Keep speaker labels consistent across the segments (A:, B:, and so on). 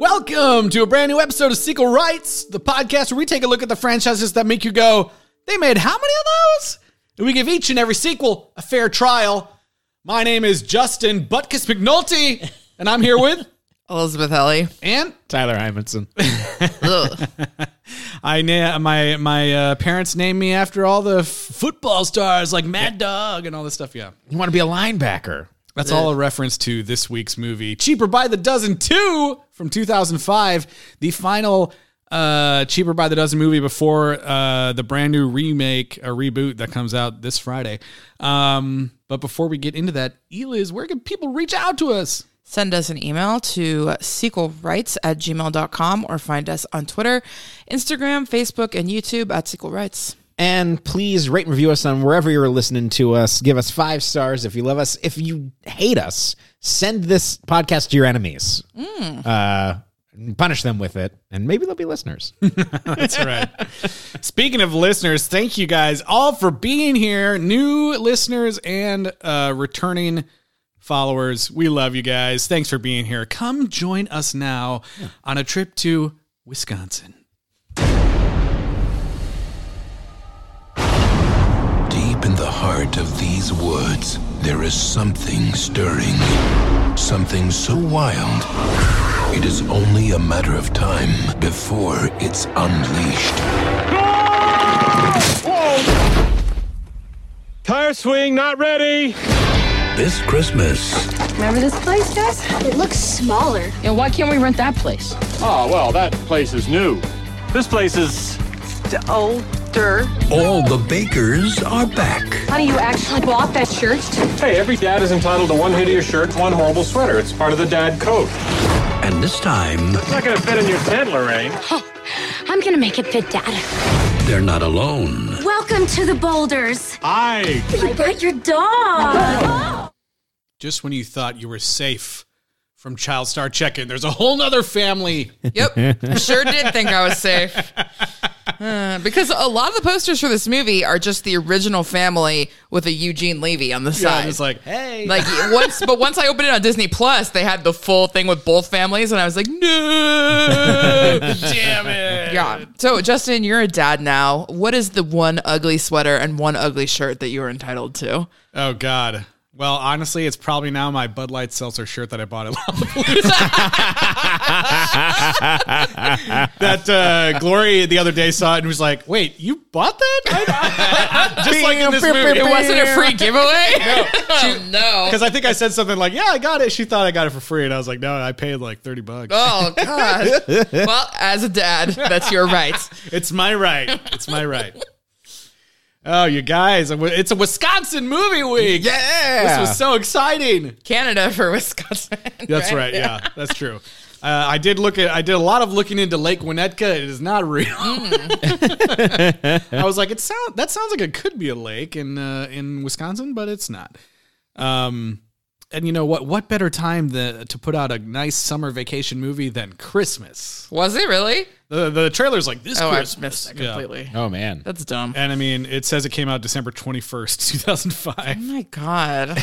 A: Welcome to a brand new episode of Sequel Rights, the podcast where we take a look at the franchises that make you go, they made how many of those? And we give each and every sequel a fair trial. My name is Justin Butkus McNulty, and I'm here with
B: Elizabeth Ellie.
A: and Tyler Hymanson.
B: Ugh.
A: I na- my my uh, parents named me after all the f- football stars like Mad Dog and all this stuff. Yeah,
C: You want to be a linebacker.
A: that's all a reference to this week's movie, Cheaper by the Dozen Two from 2005, the final uh, Cheaper by the Dozen movie before uh, the brand new remake, a reboot that comes out this Friday. Um, but before we get into that, Eliz, where can people reach out to us?
B: Send us an email to sequelrights at gmail.com or find us on Twitter, Instagram, Facebook, and YouTube at Sequel Rights.
C: And please rate and review us on wherever you're listening to us. Give us five stars if you love us. If you hate us, send this podcast to your enemies. Uh, and punish them with it, and maybe they'll be listeners.
A: That's right. Speaking of listeners, thank you guys all for being here, new listeners and uh, returning followers. We love you guys. Thanks for being here. Come join us now on a trip to Wisconsin.
D: Deep in the heart of these woods, there is something stirring. Something so wild, it is only a matter of time before it's unleashed.
E: Tire swing, not ready.
D: This Christmas,
F: Remember this place, guys?
G: It looks smaller.
H: Yeah, why can't we rent that place?
E: Oh, well, that place is new. This place is.
F: Older.
D: all the bakers are back.
G: Honey, you actually bought that shirt?
E: Hey, every dad is entitled to one hideous shirt, one horrible sweater. It's part of the dad code.
D: And this time,
E: It's not gonna fit in your eh? tent, Lorraine.
G: I'm gonna make it fit, Dad.
D: they're not alone.
G: Welcome to the boulders.
E: I.
G: You brought your dog.
A: Just when you thought you were safe from Child Star Check-In, there's a whole nother family.
B: Yep. I sure did think I was safe. Uh, because a lot of the posters for this movie are just the original family with a Eugene Levy on the
A: Yeah,
B: side.
A: I was like, hey.
B: like once, but once I opened it on Disney Plus, they had the full thing with both families, and I was like, no,
A: Damn it.
B: Yeah. So, Justin, you're a dad now. What is the one ugly sweater and one ugly shirt that you are entitled to?
A: Oh, God. Well, honestly, it's probably now my Bud Light Seltzer shirt that I bought at Lollapalooza. that uh, Glory the other day saw it and was like, wait, you bought that? I- I- Just like in this
B: It
A: movie.
B: wasn't a free giveaway. no. Oh, no.
A: Because I think I said something like, yeah, I got it. She thought I got it for free. And I was like, no, I paid like 30 bucks.
B: Oh God. well, as a dad, that's your right.
A: It's my right. It's my right. Oh, you guys, it's a Wisconsin movie week.
C: yeah,
A: This was so exciting.
B: Canada for Wisconsin.
A: That's right. Yeah, that's true. Uh, I did look at. I did a lot of looking into Lake Winnetka. It is not real.
B: Mm.
A: I was like, it sound that sounds like it could be a lake in uh, in Wisconsin, but it's not. Um, and you know what? What better time than to put out a nice summer vacation movie than Christmas?
B: Was it really?
A: The the trailer's like this.
B: Oh, I
A: Christmas.
B: missed that
A: Yeah. Eh.
B: completely.
C: Oh man,
B: That's dumb.
A: And I mean, it says it came out December twenty first, two thousand five.
B: Oh my God.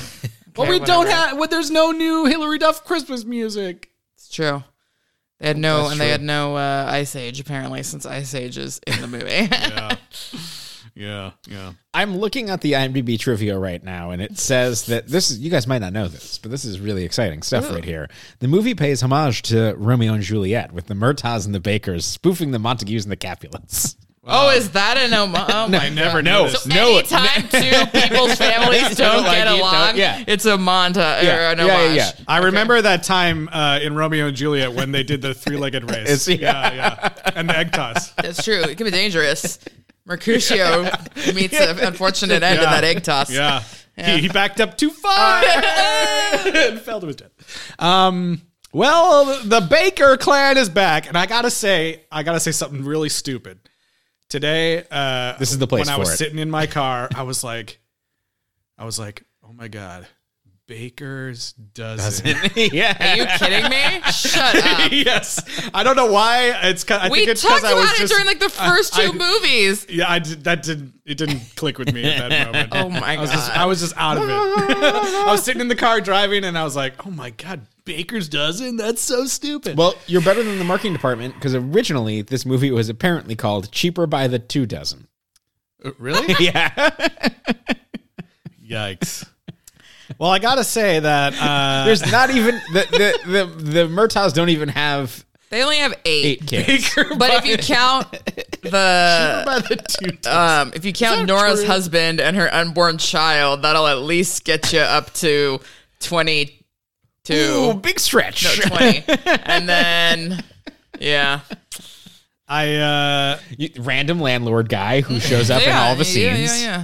A: But
B: Okay,
A: we don't
B: whatever.
A: have. Well, there's no new Hillary Duff Christmas music.
B: It's true. They had no, and they had no uh, Ice Age apparently, since Ice Age is in the movie.
A: Yeah, yeah.
C: I'm looking at the IMDb trivia right now, and it says that this is, you guys might not know this, but this is really exciting stuff right here. The movie pays homage to Romeo and Juliet with the Murtaughs and the Bakers spoofing the Montagues and the Capulets.
B: Oh, is that an oma? Oh my
A: I never know.
B: So anytime two people's families don't
C: like
B: get
C: it, don't-
B: along,
C: yeah.
B: it's a montage or an homage.
A: I remember that time uh, in Romeo and Juliet when they did the three-legged race.
C: It's-
A: yeah. yeah, and the egg toss.
B: That's true. It can be dangerous. Mercutio meets an unfortunate end in
A: Yeah.
B: that egg toss.
A: Yeah, He, he backed up too far and fell to his death. Um, well, the Baker clan is back, and I gotta say, I gotta say something really stupid today. Uh,
C: This is the place
A: when I
C: for
A: was
C: it.
A: sitting in my car. I was like, I was like, oh my god, Baker's doesn't.
C: yeah.
B: Are you kidding me? Shut up.
A: yes, I don't know why it's. 'cause- I
B: We
A: think it's
B: talked
A: 'cause I
B: about
A: was
B: it
A: just-
B: during like the first
A: I-
B: two
A: I-
B: movies.
A: Yeah, I did, that didn't it didn't click with me at that moment.
B: Oh my
A: I was just
B: God.
A: I was just out of it. I was sitting in the car driving and I was like, "Oh my god, baker's dozen? That's so stupid.
C: Well, you're better than the marketing department because originally this movie was apparently called Cheaper by the Two Dozen.
A: Uh, really?
C: Yeah.
A: Yikes. Well, I gotta say that uh,
C: There's not even the the the, the Murtaughs don't even have
B: They only have eight.
C: eight kids.
A: Baker
B: But if you count the
A: by the two
B: um, if you count Nora's husband and her unborn child, that'll at least get you up to twenty two.
C: Ooh, big stretch.
B: No, 20. and then, yeah.
A: I uh,
C: You- Random landlord guy who shows up in
B: yeah,
C: all the
B: yeah,
C: scenes.
B: Yeah, yeah,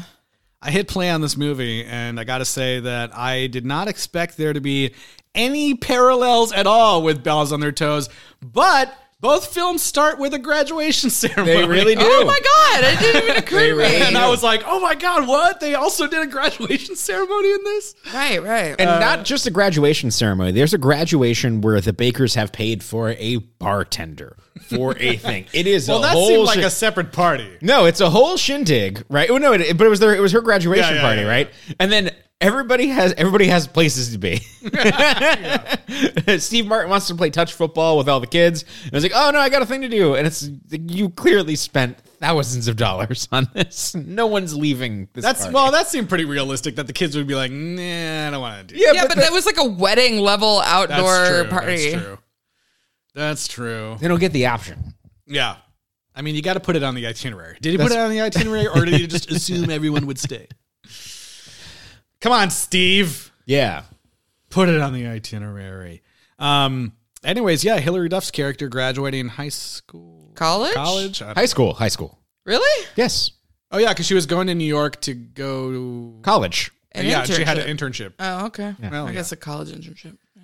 A: I hit play on this movie, and I gotta say that I did not expect there to be any parallels at all with Bells on Their Toes, but both films start with a graduation ceremony.
C: They really do.
B: Oh my God. I didn't even occur to me.
A: And I was like, oh my god, what? They also did a graduation ceremony in this?
B: right, right.
A: Uh,
C: And not just a graduation ceremony. There's a graduation where the bakers have paid for a bartender for a thing. It is
A: Well,
C: a
A: that
C: whole
A: seemed like
C: shi-
A: a separate party.
C: No, it's a whole shindig, right? Well, no, it, but it was their it was her graduation
A: Yeah, yeah,
C: party,
A: yeah,
C: right? And then everybody has everybody has places to be. Steve Martin wants to play touch football with all the kids. And it's like, oh no, I got a thing to do, and it's you clearly spent thousands of dollars on this. No one's leaving. This
A: That's
C: party.
A: well, that seemed pretty realistic that the kids would be like, nah, I don't want to do.
B: yeah, but that was like a wedding level
A: that.
B: outdoor
A: that's true.
B: party.
A: That's true. That's true.
C: they don't get the option.
A: Yeah. I mean, you got to put it on the itinerary. Did he put
C: That's-
A: it on the itinerary or did he just assume everyone would stay? Come on, Steve.
C: Yeah,
A: Put it on the itinerary. Um, anyways, yeah, Hillary Duff's character graduating high school,
B: College?
A: college. I-
C: high school, high school.
B: Really?
C: Yes,
A: Oh, yeah, because she was going to New York to go. To,
C: college.
B: An
A: yeah,
B: internship.
A: she had an internship.
B: Oh, okay.
A: Well,
B: I
A: yeah.
B: guess a college internship. Yeah.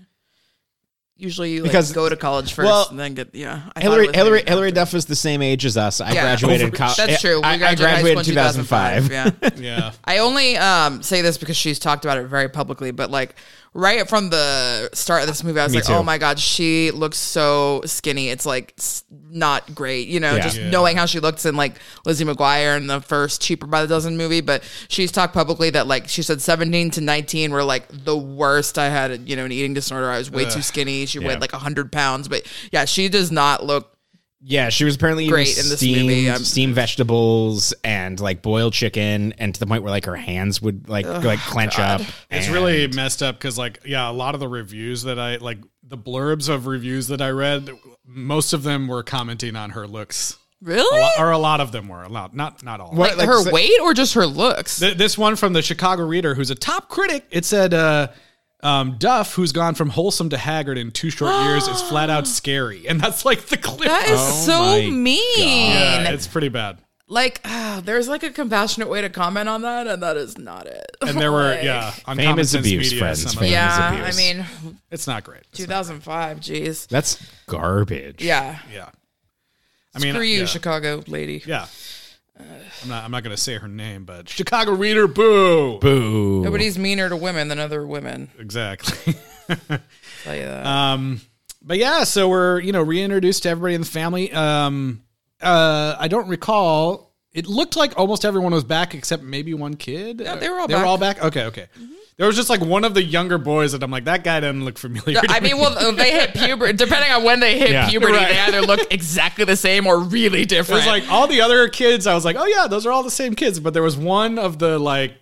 B: Usually you like,
C: Because-
B: go to college first
C: well,
B: and then get, yeah. I thought
C: Hillary
B: it was
C: Hillary
B: maybe-
C: Hillary Duff was the same age as us. I
B: Yeah.
C: graduated college.
B: That's true. We
C: I, I
B: high
C: graduated
B: school
C: in
B: in
C: 2005.
B: Yeah.
A: Yeah.
B: I only um, say this because she's talked about it very publicly, but like right from the start of this movie, I was
C: Me
B: like,
C: too.
B: oh my God, she looks so skinny. It's like s- not great, you know,
C: Yeah.
B: just
A: Yeah.
B: knowing how she looks in like Lizzie McGuire in the first Cheaper by the Dozen movie. But she's talked publicly that like she said 17 to 19 were like the worst. I had, you know, an eating disorder. I was way too skinny. She
C: Yeah.
B: weighed like 100 pounds. But yeah, she does not look
C: Yeah, she was apparently eating
B: Great in this
C: steamed,
B: movie, um,
C: steamed vegetables and like boiled chicken, and to the point where like her hands would like go, like clench up.
A: It's
C: and-
A: really messed up because, like, yeah, a lot of the reviews that I like, the blurbs of reviews that I read, most of them were commenting on her looks,
B: really.
A: A lo- or a lot of them were. A lot, not not all.
B: like,
C: like,
B: her
C: so-
B: weight or just her looks?
A: Th- this one from the Chicago Reader, who's a top critic, it said uh, um, Duff, who's gone from wholesome to haggard in two short years, is flat out scary, and that's like the clip. Oh,
B: That is
C: my
B: so mean.
A: yeah, it's pretty bad.
B: Like, ah, there's like a compassionate way to comment on that, and that is not it.
A: And there were
B: Like,
A: yeah, on
C: Fame
A: Common
C: is
A: Sense
C: abuse,
A: Media,
C: friends.
A: some of
C: Fame
A: it-
C: is
B: yeah, I
C: abuse.
B: mean,
A: it's not great. It's not-
B: 2005, jeez.
C: that's garbage.
B: Yeah.
A: yeah, I mean,
B: Screw you,
A: yeah.
B: Chicago lady.
A: Yeah. I'm not, I'm not going to say her name, but Chicago Reader, boo.
C: Boo.
B: Nobody's meaner to women than other women. uh,
A: Exactly.
B: I'll tell you that.
A: um, but yeah, so we're, you know, reintroduced to everybody in the family. Um, uh, I don't recall. It looked like almost everyone was back except maybe one kid. Yeah,
B: they were all
A: They
B: back. Mm-hmm.
A: were all back? Okay, okay. There was just like one of the younger boys that I'm like, that guy doesn't look familiar. to
B: I
A: me.
B: mean, well, they hit puberty. Depending on when they hit
A: Yeah.
B: puberty,
A: Right.
B: they either look exactly the same or really
A: it
B: different.
A: was like all the other kids, I was like, oh yeah, those are all the same kids. But there was one of the like,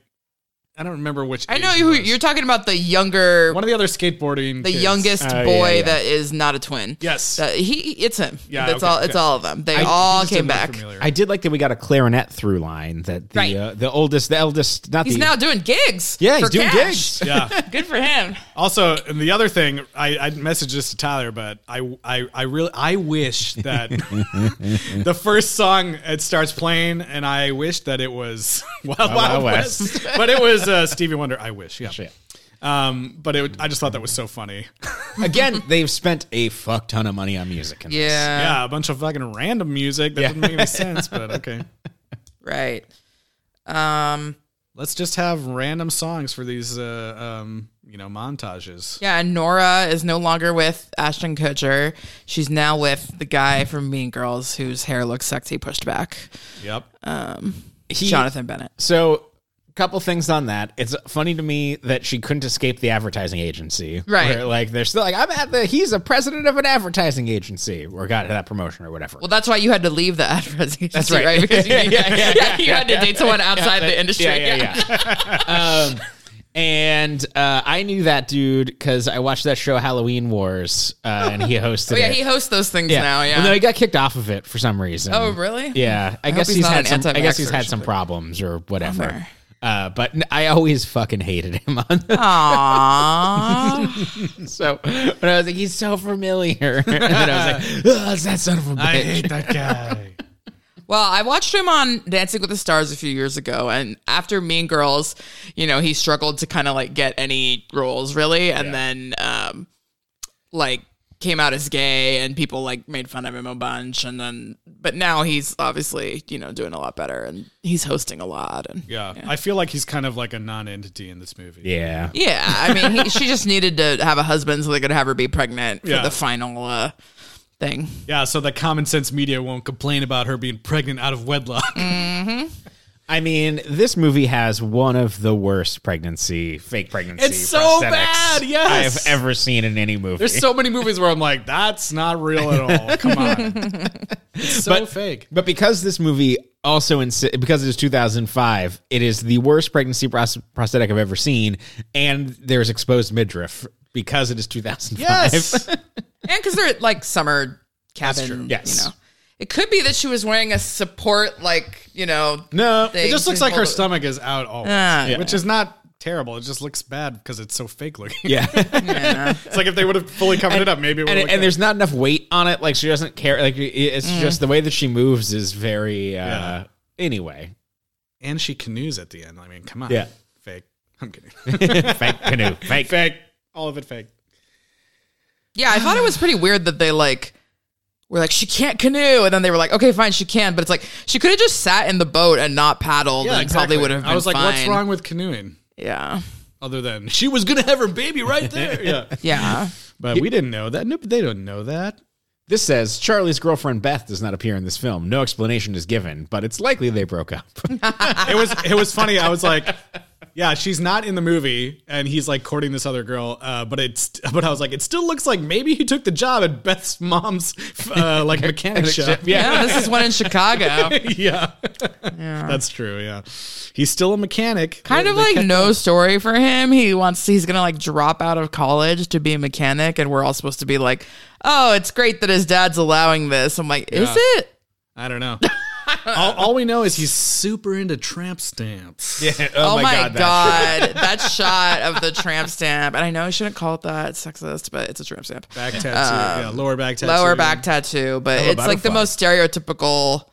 A: I don't remember which.
B: I know
A: age he
B: who
A: was.
B: you're talking about. The younger,
A: One of the other skateboarding.
B: the
A: kids. Uh,
B: youngest
C: Oh, yeah,
B: boy
C: yeah.
B: that is not a twin.
A: Yes.
B: That- he. It's him.
A: Yeah,
B: That's
A: okay,
B: all. It's
A: okay.
B: all of them. They
C: I-
B: all
A: Just
B: came
A: didn't look
B: back.
A: familiar.
C: I did like that we got a clarinet through line that the
B: Right.
C: uh, the oldest, the eldest, not
B: He's
C: the
B: now doing gigs.
C: yeah,
B: for
C: he's doing
B: cash.
C: gigs.
A: yeah.
B: Good for him.
A: Also, and the other thing, I, I messaged this to Tyler, but I, I, I really, I wish that the first song it starts playing, and I wish that it was Wild Wild,
C: Wild
A: West. but it was uh, Stevie Wonder. I wish, yeah.
C: Shit.
A: Um, but it, would- I just thought that was so funny.
C: Again, they've spent a fuck ton of money on music. In this.
B: Yeah.
A: yeah, a bunch of fucking random music that doesn't make any sense, but okay.
B: Right. Um.
A: Let's just have random songs for these, uh, um, you know, montages.
B: Yeah. And Nora is no longer with Ashton Kutcher. She's now with the guy from Mean Girls whose hair looks sexy pushed back.
A: Yep.
C: He-
B: Jonathan Bennett.
C: So couple things on that. It's funny to me that she couldn't escape the advertising agency.
B: Right.
C: Where, like they're still like, I'm at the he's a president of an advertising agency or got that promotion or whatever.
B: Well, that's why you had to leave the advertising. That's
C: right.
B: Because you,
C: Yeah, yeah, yeah, yeah,
B: you had to
C: yeah.
B: date someone outside the industry.
C: Yeah, yeah, yeah. um, and uh, I knew that dude because I watched that show Halloween Wars, uh, and he hosted.
B: Oh, yeah,
C: it.
B: he hosts those things now. Yeah.
C: Well, no, he got kicked off of it for some reason.
B: Oh, really?
C: Yeah. I, guess
B: he's
C: he's,
B: not
C: had
B: an
C: some. I guess he's
B: anti-vaxxer or
C: had some
B: something.
C: problems or whatever.
B: Bummer.
C: Uh, but n- I always fucking hated him on the
B: Aww.
C: So but I was like, he's so familiar. And then I was like, oh, it's that son of a bitch.
A: that guy.
B: well, I watched him on Dancing with the Stars a few years ago, and after Mean Girls, you know, he struggled to kind of like get any roles really, and then um, like came out as gay, and people like made fun of him a bunch, and then but now he's obviously you know doing a lot better, and he's hosting a lot, and
A: Yeah. I feel like he's kind of like a non-entity in this movie.
C: Yeah.
B: Yeah, I mean, he, she just needed to have a husband so they could have her be pregnant for
A: Yeah.
B: the final uh, thing.
A: Yeah, so that common sense media won't complain about her being pregnant out of wedlock.
C: I mean, this movie has one of the worst pregnancy, fake pregnancy.
A: It's so
C: prosthetics
A: bad, yes.
C: I've ever seen in any movie.
A: There's so many movies where I'm like, that's not real at all. Come on. It's so
C: But-
A: fake.
C: But because this movie also insi- because it is 2005, it is the worst pregnancy pros- prosthetic I've ever seen, and there's exposed midriff because it is 2005.
A: Yes.
B: And because they're at like summer cabin,
C: Yes.
B: you know, it could be that she was wearing a support, like you know,
C: No,
A: It
B: thing
A: just
B: to
A: looks like her
B: hold-
A: stomach is out always,
B: Ah. Yeah.
A: which is not terrible. It just looks bad because it's so fake looking.
C: yeah.
B: Yeah.
A: It's like if they would have fully covered it up, maybe it would
C: and,
A: look
C: and there's not enough weight on it. Like she doesn't care. Like it- it's just the way that she moves is very. Uh,
A: Yeah.
C: Anyway,
A: and she canoes at the end. I mean, come on.
C: Yeah.
A: Fake. I'm kidding.
C: fake canoe, fake.
A: fake. All of it fake.
B: yeah, I thought it was pretty weird that they like were like she can't canoe, and then they were like, okay, fine, she can, but it's like she could have just sat in the boat and not paddled, and probably would have.
A: I was
B: been
A: like, what's
B: fine.
A: wrong with canoeing?
B: Yeah,
A: Other than she was gonna have her baby right there. yeah.
B: yeah.
A: But we didn't know that. No, they don't know that.
C: This says Charlie's girlfriend Beth does not appear in this film. No explanation is given, but it's likely they broke up.
A: It was it was funny. I was like, yeah, she's not in the movie, and he's like courting this other girl. Uh, but it's but I was like, it still looks like maybe he took the job at Beth's mom's uh, like mechanic shop.
B: yeah, This is one in Chicago.
A: yeah. That's true. Yeah. He's still a mechanic.
B: kind of
A: They- they
B: like
A: kept-
B: no story for him. He wants he's gonna like drop out of college to be a mechanic, and we're all supposed to be like, oh, it's great that his dad's allowing this. I'm like, is
A: Yeah.
B: it?
A: I don't know. all, all we know is he's super into tramp stamps. Yeah.
B: Oh, my, god,
C: that-
B: that shot of the tramp stamp, and I know I shouldn't call it that it's sexist, but it's a tramp stamp,
A: Back tattoo. yeah. Um, Lower back tattoo.
B: lower back tattoo, but it's like the
C: butterfly.
B: most stereotypical,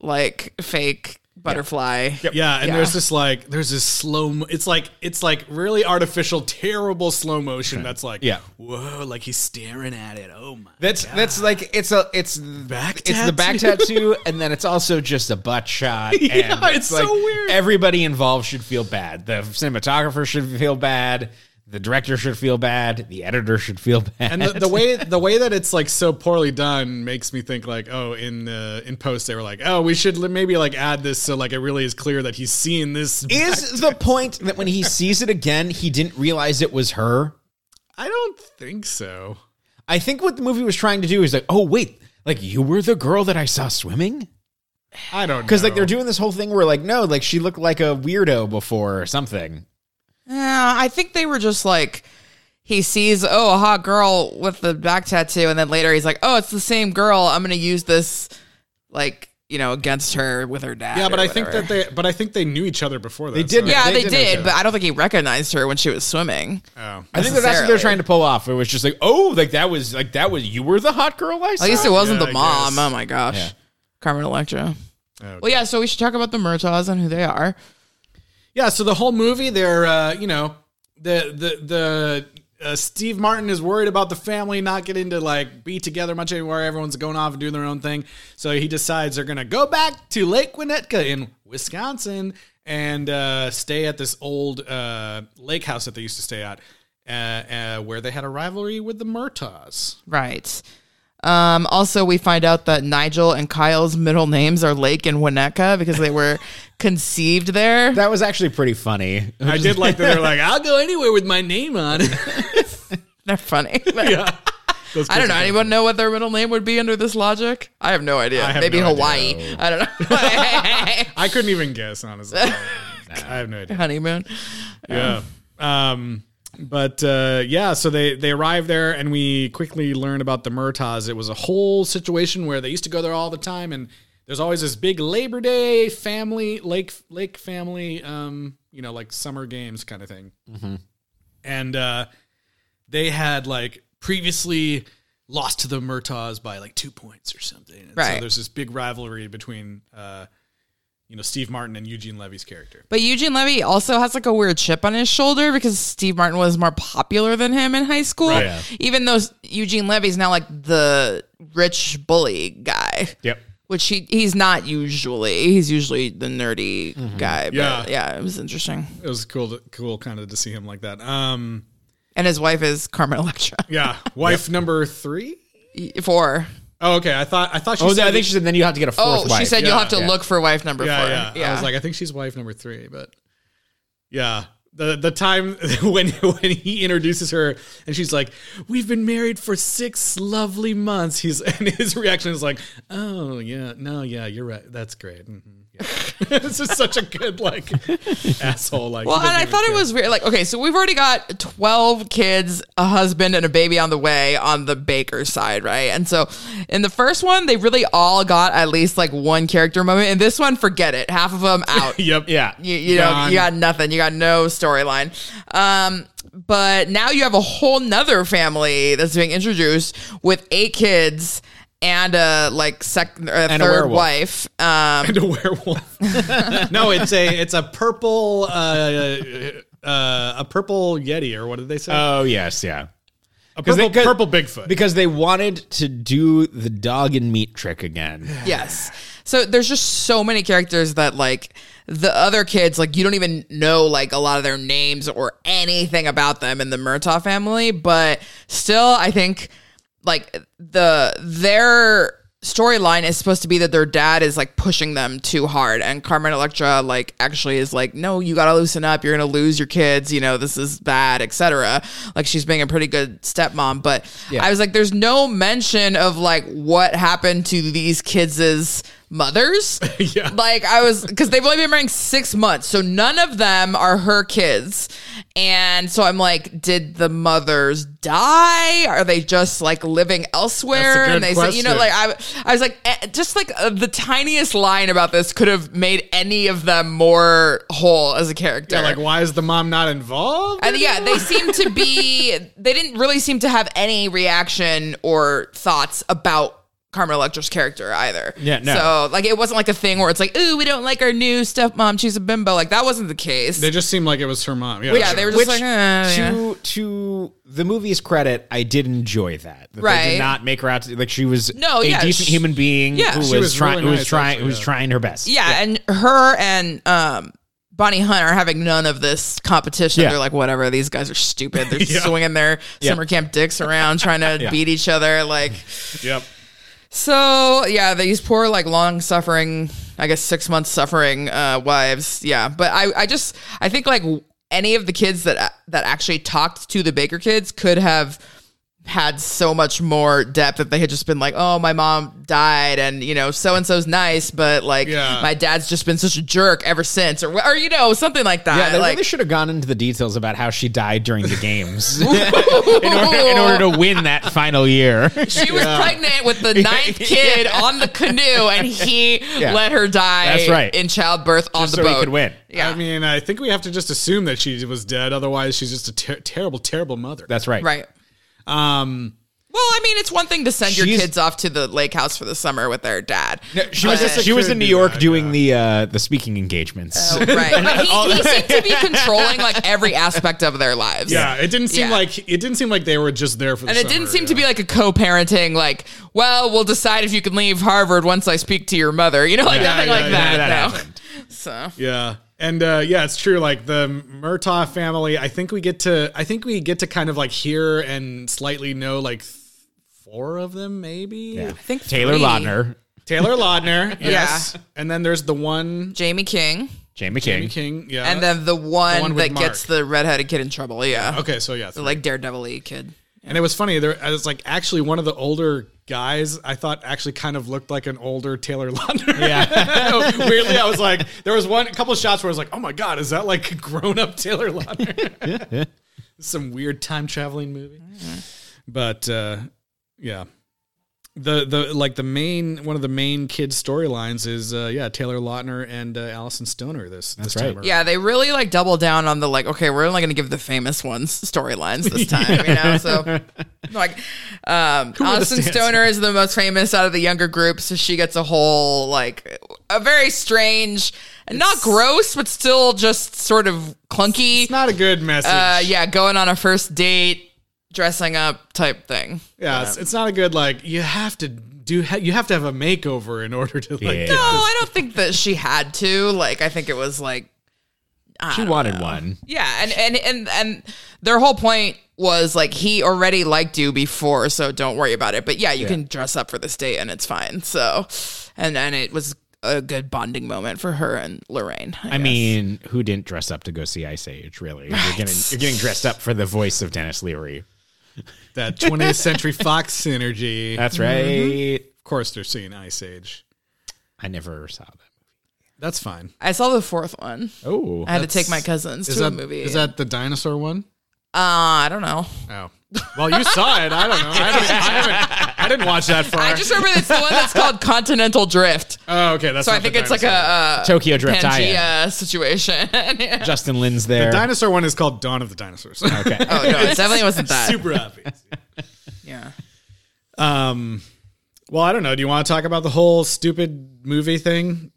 B: like fake butterfly.
A: Yeah, and
B: Yeah.
A: there's this like there's this slow. Mo- it's like it's like really artificial, terrible slow motion. That's like
C: Yeah.
A: whoa, like he's staring at it. Oh my,
C: That's that's like it's a it's
A: Back
C: it's the back tattoo, and then it's also just a butt shot. And
A: Yeah, it's so weird.
C: Everybody involved should feel bad. The cinematographer should feel bad. The director should feel bad. The editor should feel bad.
A: and the, the way the way that it's like so poorly done makes me think like oh in the in post they were like oh we should li- maybe like add this so like it really is clear that he's seeing this.
C: is the point that when he sees it again, he didn't realize it was her.
A: I don't think so.
C: I think what the movie was trying to do is like, oh wait, like you were the girl that I saw swimming.
A: I don't
C: Because like
A: know.
C: they're doing this whole thing where like no, like she looked like a weirdo before or something.
B: Yeah, I think they were just like he sees oh a hot girl with the back tattoo, and then later he's like, oh, it's the same girl. I'm gonna use this like you know against her with her dad.
A: yeah,
B: or
A: but I think
B: whatever.
A: that they but I think they knew each other before that. They
C: did
B: Yeah, they,
C: they did know each
B: did,
C: other.
B: but I don't think he recognized her when she was swimming.
A: Oh.
C: I think that that's what they're
B: Necessarily.
C: trying to pull off. It was just like, oh, like that was like that was you were the hot girl I saw.
B: At least it wasn't
A: Yeah,
B: the
A: I
B: mom.
A: guess.
B: Oh my gosh,
C: Yeah.
B: Carmen Electra.
A: Oh,
B: Well, yeah. So we should talk about the Murtaughs and who they are.
A: Yeah, so the whole movie, they're uh, you know the the the uh, Steve Martin is worried about the family not getting to like be together much anymore. Everyone's going off and doing their own thing, so he decides they're gonna go back to Lake Winnetka in Wisconsin and uh, stay at this old uh, lake house that they used to stay at, uh, uh, where they had a rivalry with the Murtaughs.
B: Right. Um, also, we find out that Nigel and Kyle's middle names are Lake and Winneka because they were conceived there.
C: That was actually pretty funny.
A: I did like that they're like, I'll go anywhere with my name on. it.
B: They're funny. I don't know. Anyone know what their middle name would be under this logic? I have no idea.
A: I have
B: Maybe
A: no idea.
B: Hawaii. I don't know.
A: I couldn't even guess, honestly. I have no idea.
B: Honeymoon.
A: Yeah. Um, but uh, yeah, so they they arrive there, and we quickly learn about the Murtaughs. It was a whole situation where they used to go there all the time, and there's always this big Labor Day family lake lake family, um, you know, like summer games kind of thing. And uh, they had like previously lost to the Murtaughs by like two points or something. And So
B: Right.
A: there's this big rivalry between. Uh, you know Steve Martin and Eugene Levy's character.
B: But Eugene Levy also has like a weird chip on his shoulder because Steve Martin was more popular than him in high school.
A: Right. Yeah.
B: Even though Eugene Levy's now like the rich bully guy.
A: Yep.
B: Which he, he's not usually. He's usually the nerdy guy. But
A: Mm-hmm. Yeah.
B: yeah. it was interesting.
A: It was cool, to, cool, kind of to see him like that. Um,
B: And his wife is Carmen Electra.
A: yeah, wife number three.
B: Four.
A: Oh, okay. I thought I thought she.
C: Oh,
A: said
C: no, I think she said then you have to get a fourth
B: Oh, she
C: wife.
B: said you'll have to
A: Yeah.
B: look for wife number
A: Yeah,
B: four.
A: yeah, I was like, I think she's wife number three, but yeah. The, the time when when he introduces her and she's like, "We've been married for six lovely months." He's and his reaction is like, "Oh yeah, no yeah, you're right. That's great." hmm Yeah. this is such a good like asshole. Like,
B: Well,
A: he
B: and
A: doesn't
B: I
A: even
B: thought it
A: care.
B: was weird. Like, okay, so we've already got 12 kids, a husband, and a baby on the way on the Baker side, right? And so in the first one, they really all got at least like one character moment. In this one, forget it. Half of them out.
A: Yep.
C: Yeah.
B: You, you know,
A: Gone.
B: you got nothing. You got no storyline. Um, but now you have a whole nother family that's being introduced with eight kids and a like second, a
C: a
B: third
C: werewolf.
B: wife. Um,
A: and a werewolf. no, it's a it's a purple uh, uh, a purple yeti or what did they say?
C: Oh, yes, yeah.
A: a Uh, purple,
C: they could-
A: purple Bigfoot.
C: Because they wanted to do the dog and meat trick again.
B: Yes. So there's just so many characters that like the other kids like you don't even know like a lot of their names or anything about them in the Murtaugh family, but still I think like the their storyline is supposed to be that their dad is like pushing them too hard and Carmen Electra like actually is like no you got to loosen up you're going to lose your kids you know this is bad etc like she's being a pretty good stepmom but I was like there's no mention of like what happened to these kids' mothers
A: Yeah.
B: like I was because they've only been married six months, so none of them are her kids, and so I'm like, did the mothers die? Are they just like living elsewhere?
A: That's a good
B: and they said, you know, like
A: question.
B: I, I was like, eh, just like uh, the tiniest line about this could have made any of them more whole as a character.
A: yeah, like why is the mom not involved?
B: And yeah, they seem to be. They didn't really seem to have any reaction or thoughts about Carmen Electra's character either.
C: Yeah, no.
B: So like, it wasn't like a thing where it's like, "Ooh, we don't like our new stepmom. She's a bimbo." Like that wasn't the case.
A: they just seemed like it was her mom. Yeah,
B: yeah, they were just like, eh, yeah.
C: to to the movie's credit, I did enjoy that. that They
B: Right.
C: did not make her out to, like she was
B: No,
C: a
B: yeah,
C: decent
B: she-
C: human being
B: yeah.
C: who
B: She
C: was,
A: was
C: trying
A: really
C: who was
A: nice,
C: trying
A: actually,
C: who was
A: yeah.
C: trying her best.
B: yeah, and her and um, Bonnie Hunt are having none of this competition.
C: Yeah.
B: They're like, whatever, these guys are stupid. They're swinging their summer camp dicks around, trying to beat each other. Like,
A: yep.
B: So yeah, these poor like long suffering, I guess six months suffering uh, wives. Yeah, but I I just I think like any of the kids that that actually talked to the Baker kids could have had so much more depth if they had just been like, oh, my mom died, and you know, so and so's nice, but like
A: Yeah.
B: my dad's just been such a jerk ever since, or or you know, something like that.
C: Yeah, they
B: like,
C: really should have gone into the details about how she died during the games in, order, in order to win that final year.
B: She was pregnant with the ninth kid on the canoe, and he
C: Yeah.
B: let her die.
C: That's right.
B: in childbirth on the
C: so
B: boat.
C: he could win.
B: Yeah,
A: I mean, I think we have to just assume that she was dead. Otherwise, she's just a ter- terrible, terrible mother.
C: That's right.
B: right.
A: Um,
B: Well, I mean, it's one thing to send your
C: She's-
B: kids off to the lake house for the summer with their dad.
C: She was,
B: But-
C: she was in
A: could
C: New
A: do
C: York
A: that,
C: doing the uh, the speaking engagements.
B: right. But he, he seemed to be controlling like every aspect of their lives.
A: yeah, it didn't seem
B: Yeah.
A: like it didn't seem like they were just there for. The
B: And it didn't
A: summer,
B: seem to
A: yeah.
B: be like a co-parenting, like, well, we'll decide if you can leave Harvard once I speak to your mother. You know, like
A: Yeah,
B: nothing
A: yeah,
B: like
A: yeah,
B: that.
C: that
B: no.
C: happened.
B: So
A: Yeah. And uh, yeah, it's true. Like the Murtaugh family, I think we get to, I think we get to kind of like hear and slightly know like th- four of them, maybe.
C: Yeah.
B: I think
C: Taylor
B: three.
C: Lautner,
A: Taylor Lautner,
B: Yeah.
A: yes, and then there's the one
B: Jamie King,
C: Jamie King.
A: King, yeah,
B: and then the one,
A: one with
B: that gets
A: Mark.
B: the redheaded kid in trouble. Yeah,
A: okay, so yeah,
B: the like daredevil kid.
A: And it was funny. There, I was like, actually, one of the older guys I thought actually kind of looked like an older Taylor Lautner. Yeah. Weirdly, I was like, there was one, a couple of shots where I was like, oh my god, is that like grown up Taylor Lautner? Some weird time traveling movie. But uh, yeah, the the like the main one of the main kid storylines is uh, yeah Taylor Lautner and uh, Allison Stoner. This
C: That's
A: this
C: right.
A: time around.
B: Yeah, they really like double down on the like. Okay, we're only going to give the famous ones storylines this time, you know. So, like, um,
A: are the
B: Austin
A: stands?
B: Stoner is the most famous out of the younger group, so she gets a whole like a very strange, and not gross, but still just sort of clunky.
A: It's not a good message.
B: uh, yeah, going on a first date, dressing up type thing.
A: Yeah, it's, it's not a good like. You have to do. ha- You have to have a makeover in order to like.
C: Yeah.
A: get
B: No,
A: this-
B: Oh, I don't think that she had to. Like, I think it was like
C: She wanted one.
B: Yeah, and and and and their whole point was like he already liked you before, so don't worry about it. But yeah, you can dress up for this date and it's fine. So, and and it was a good bonding moment for her and Lorraine. I,
C: I mean, who didn't dress up to go see Ice Age? Really, you're, getting, you're getting dressed up for the voice of Dennis Leary.
A: that 20th Century Fox synergy.
C: That's
B: Mm-hmm.
C: right.
A: of course, they're seeing Ice Age.
C: I never saw that.
A: That's fine.
B: I saw the fourth one.
C: Oh,
B: I had to take my cousins to
A: Is that
B: a movie.
A: Is that the dinosaur one?
B: uh, I don't know.
A: Oh, well, you saw it. I don't know. I haven't. I, haven't, I didn't watch that far.
B: I just remember it's the one that's called Continental Drift.
A: oh, okay. That's
B: So I
A: not the
B: think it's like a,
A: dinosaur.
B: uh
C: Tokyo Drift. I am.
B: Pangea situation. Yeah.
C: Justin Lin's there.
A: dinosaur one is called Dawn of the Dinosaurs. Okay,
B: Oh no, it definitely wasn't that.
A: super obvious.
B: Yeah.
A: Um, well, I don't know. Do you want to talk about the whole stupid movie thing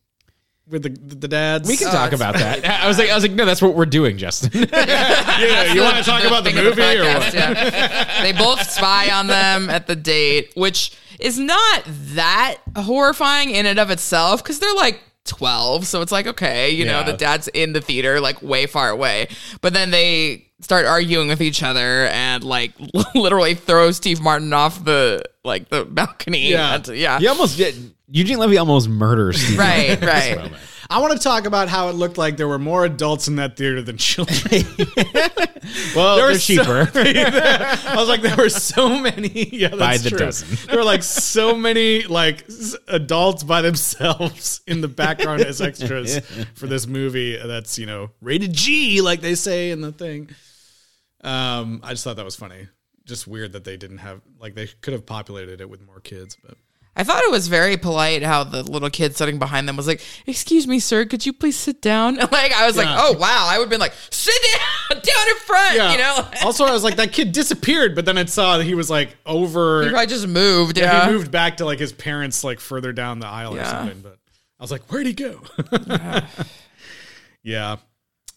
A: with the the dads? Uh,
C: we can talk about that. Oh, I was like, I was like, no, that's what we're doing, Justin.
A: Yeah, you want to talk about the
B: thing of
A: movie or
B: podcast,
A: what?
B: yeah. they both spy on them at the date, which is not that horrifying in and of itself because they're like 12. So it's like, okay, you
C: Yeah.
B: know, the dad's in the theater, like way far away. But then they start arguing with each other and like literally throw Steve Martin off the like the balcony.
A: Yeah.
B: And- yeah.
C: you almost did. Eugene Levy almost murders. Steve
B: Right, right.
A: I want to talk about how it looked like there were more adults in that theater than children. There
C: Well, they're,
A: were so-
C: cheaper.
A: I was like, there were so many. Yeah, that's
C: By the
A: true.
C: dozen.
A: There were like so many like s- adults by themselves in the background as extras for this movie. That's you know rated G, like they say in the thing. Um, I just thought that was funny. Just weird that they didn't have like they could have populated it with more kids, but
B: I thought it was very polite how the little kid sitting behind them was like, "Excuse me, sir, could you please sit down?" Like I was like,
A: Yeah.
B: "Oh wow!" I would have been like, "Sit down, down in front," you know.
A: also, I was like, that kid disappeared, but then I saw that he was like over.
B: he probably just moved.
A: Yeah,
B: Yeah,
A: he moved back to like his parents, like further down the aisle or
B: Yeah.
A: something. But I was like, where'd he go? yeah,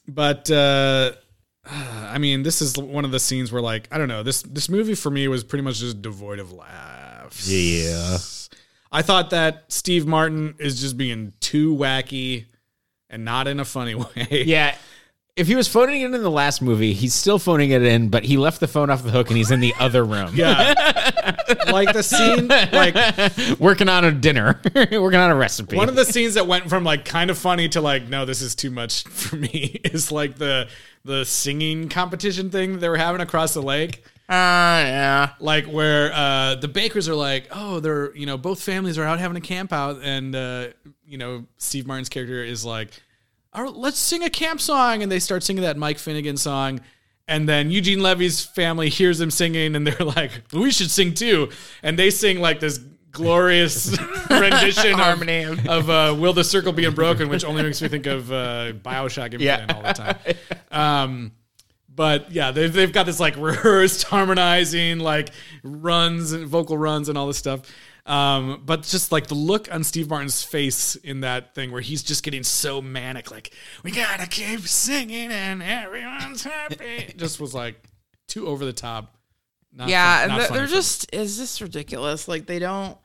A: but uh, I mean, this is one of the scenes where, like, I don't know this this movie for me was pretty much just devoid of laughs.
C: yeah.
A: I thought that Steve Martin is just being too wacky and not in a funny way.
C: Yeah. If he was phoning it in the last movie, he's still phoning it in, but he left the phone off the hook and he's in the other room.
A: Yeah, like the scene, like
C: Working on a dinner, working on a recipe.
A: One of the scenes that went from like kind of funny to like, no, this is too much for me is like the the singing competition thing they were having across the lake.
B: Uh, yeah.
A: Like where uh the bakers are like, Oh, they're you know, both families are out having a camp out and uh, you know, Steve Martin's character is like, All right, let's sing a camp song and they start singing that Mike Finnegan song and then Eugene Levy's family hears them singing and they're like, We should sing too and they sing like this glorious rendition of
B: Harmony of-
A: of uh, "Will the Circle Be Unbroken," which only makes me think of uh, Bioshock Infinite all the time. Um, but yeah, they've, they've got this like rehearsed harmonizing, like runs and vocal runs and all this stuff. Um, but just like the look on Steve Martin's face in that thing where he's just getting so manic, like, we gotta keep singing and everyone's happy, just was like too over the top. Not
B: yeah,
A: fun-
B: and
A: not
B: th-
A: funny
B: they're
A: for me.
B: just is this ridiculous? Like they don't.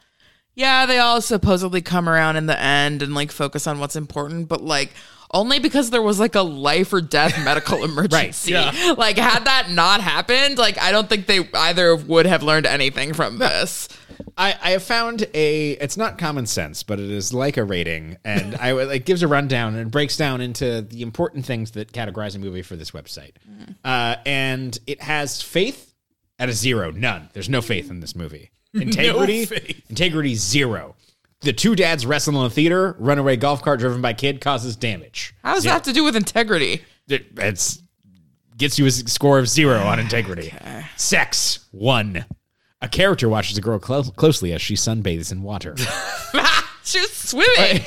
B: Yeah, they all supposedly come around in the end and like focus on what's important, but like only because there was like a life or death medical emergency. Like had that not happened, like I don't think they either would have learned anything from this.
C: I, I have found a it's not common sense, but it is like a rating, and I would- it gives a rundown and breaks down into the important things that categorize a movie for this website. Uh, and it has faith at a zero, none. There's no faith in this movie. Integrity,
A: faith.
C: integrity zero. The two dads wrestle in a theater. Runaway golf cart driven by kid causes damage.
B: How does that have to do with integrity?
C: It, it's gets you a score of zero on integrity. Sex one. A character watches a girl clo- closely as she sunbathes in water.
B: she was swimming.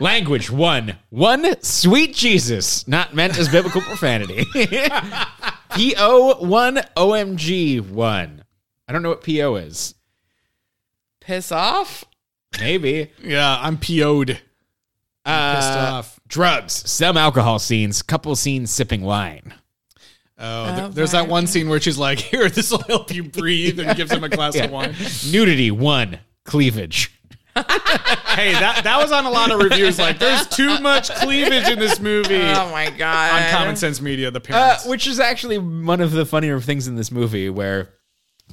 C: Language one. One sweet Jesus, not meant as biblical profanity. PO one OMG one. I don't know what PO is.
B: Piss off.
C: Maybe.
A: Yeah, I'm PO'd.
C: Uh,
A: Pissed off.
C: Drugs. Some alcohol scenes. Couple scenes sipping wine.
A: Oh, th- there's that one scene where she's like, "Here, this will help you breathe," and gives him a glass of wine.
C: Nudity one. Cleavage.
A: Hey, that that was on a lot of reviews. Like, there's too much cleavage in this movie.
B: Oh my god.
A: on Common Sense Media, the
C: Uh,
A: parents.
C: which is actually one of the funnier things in this movie, where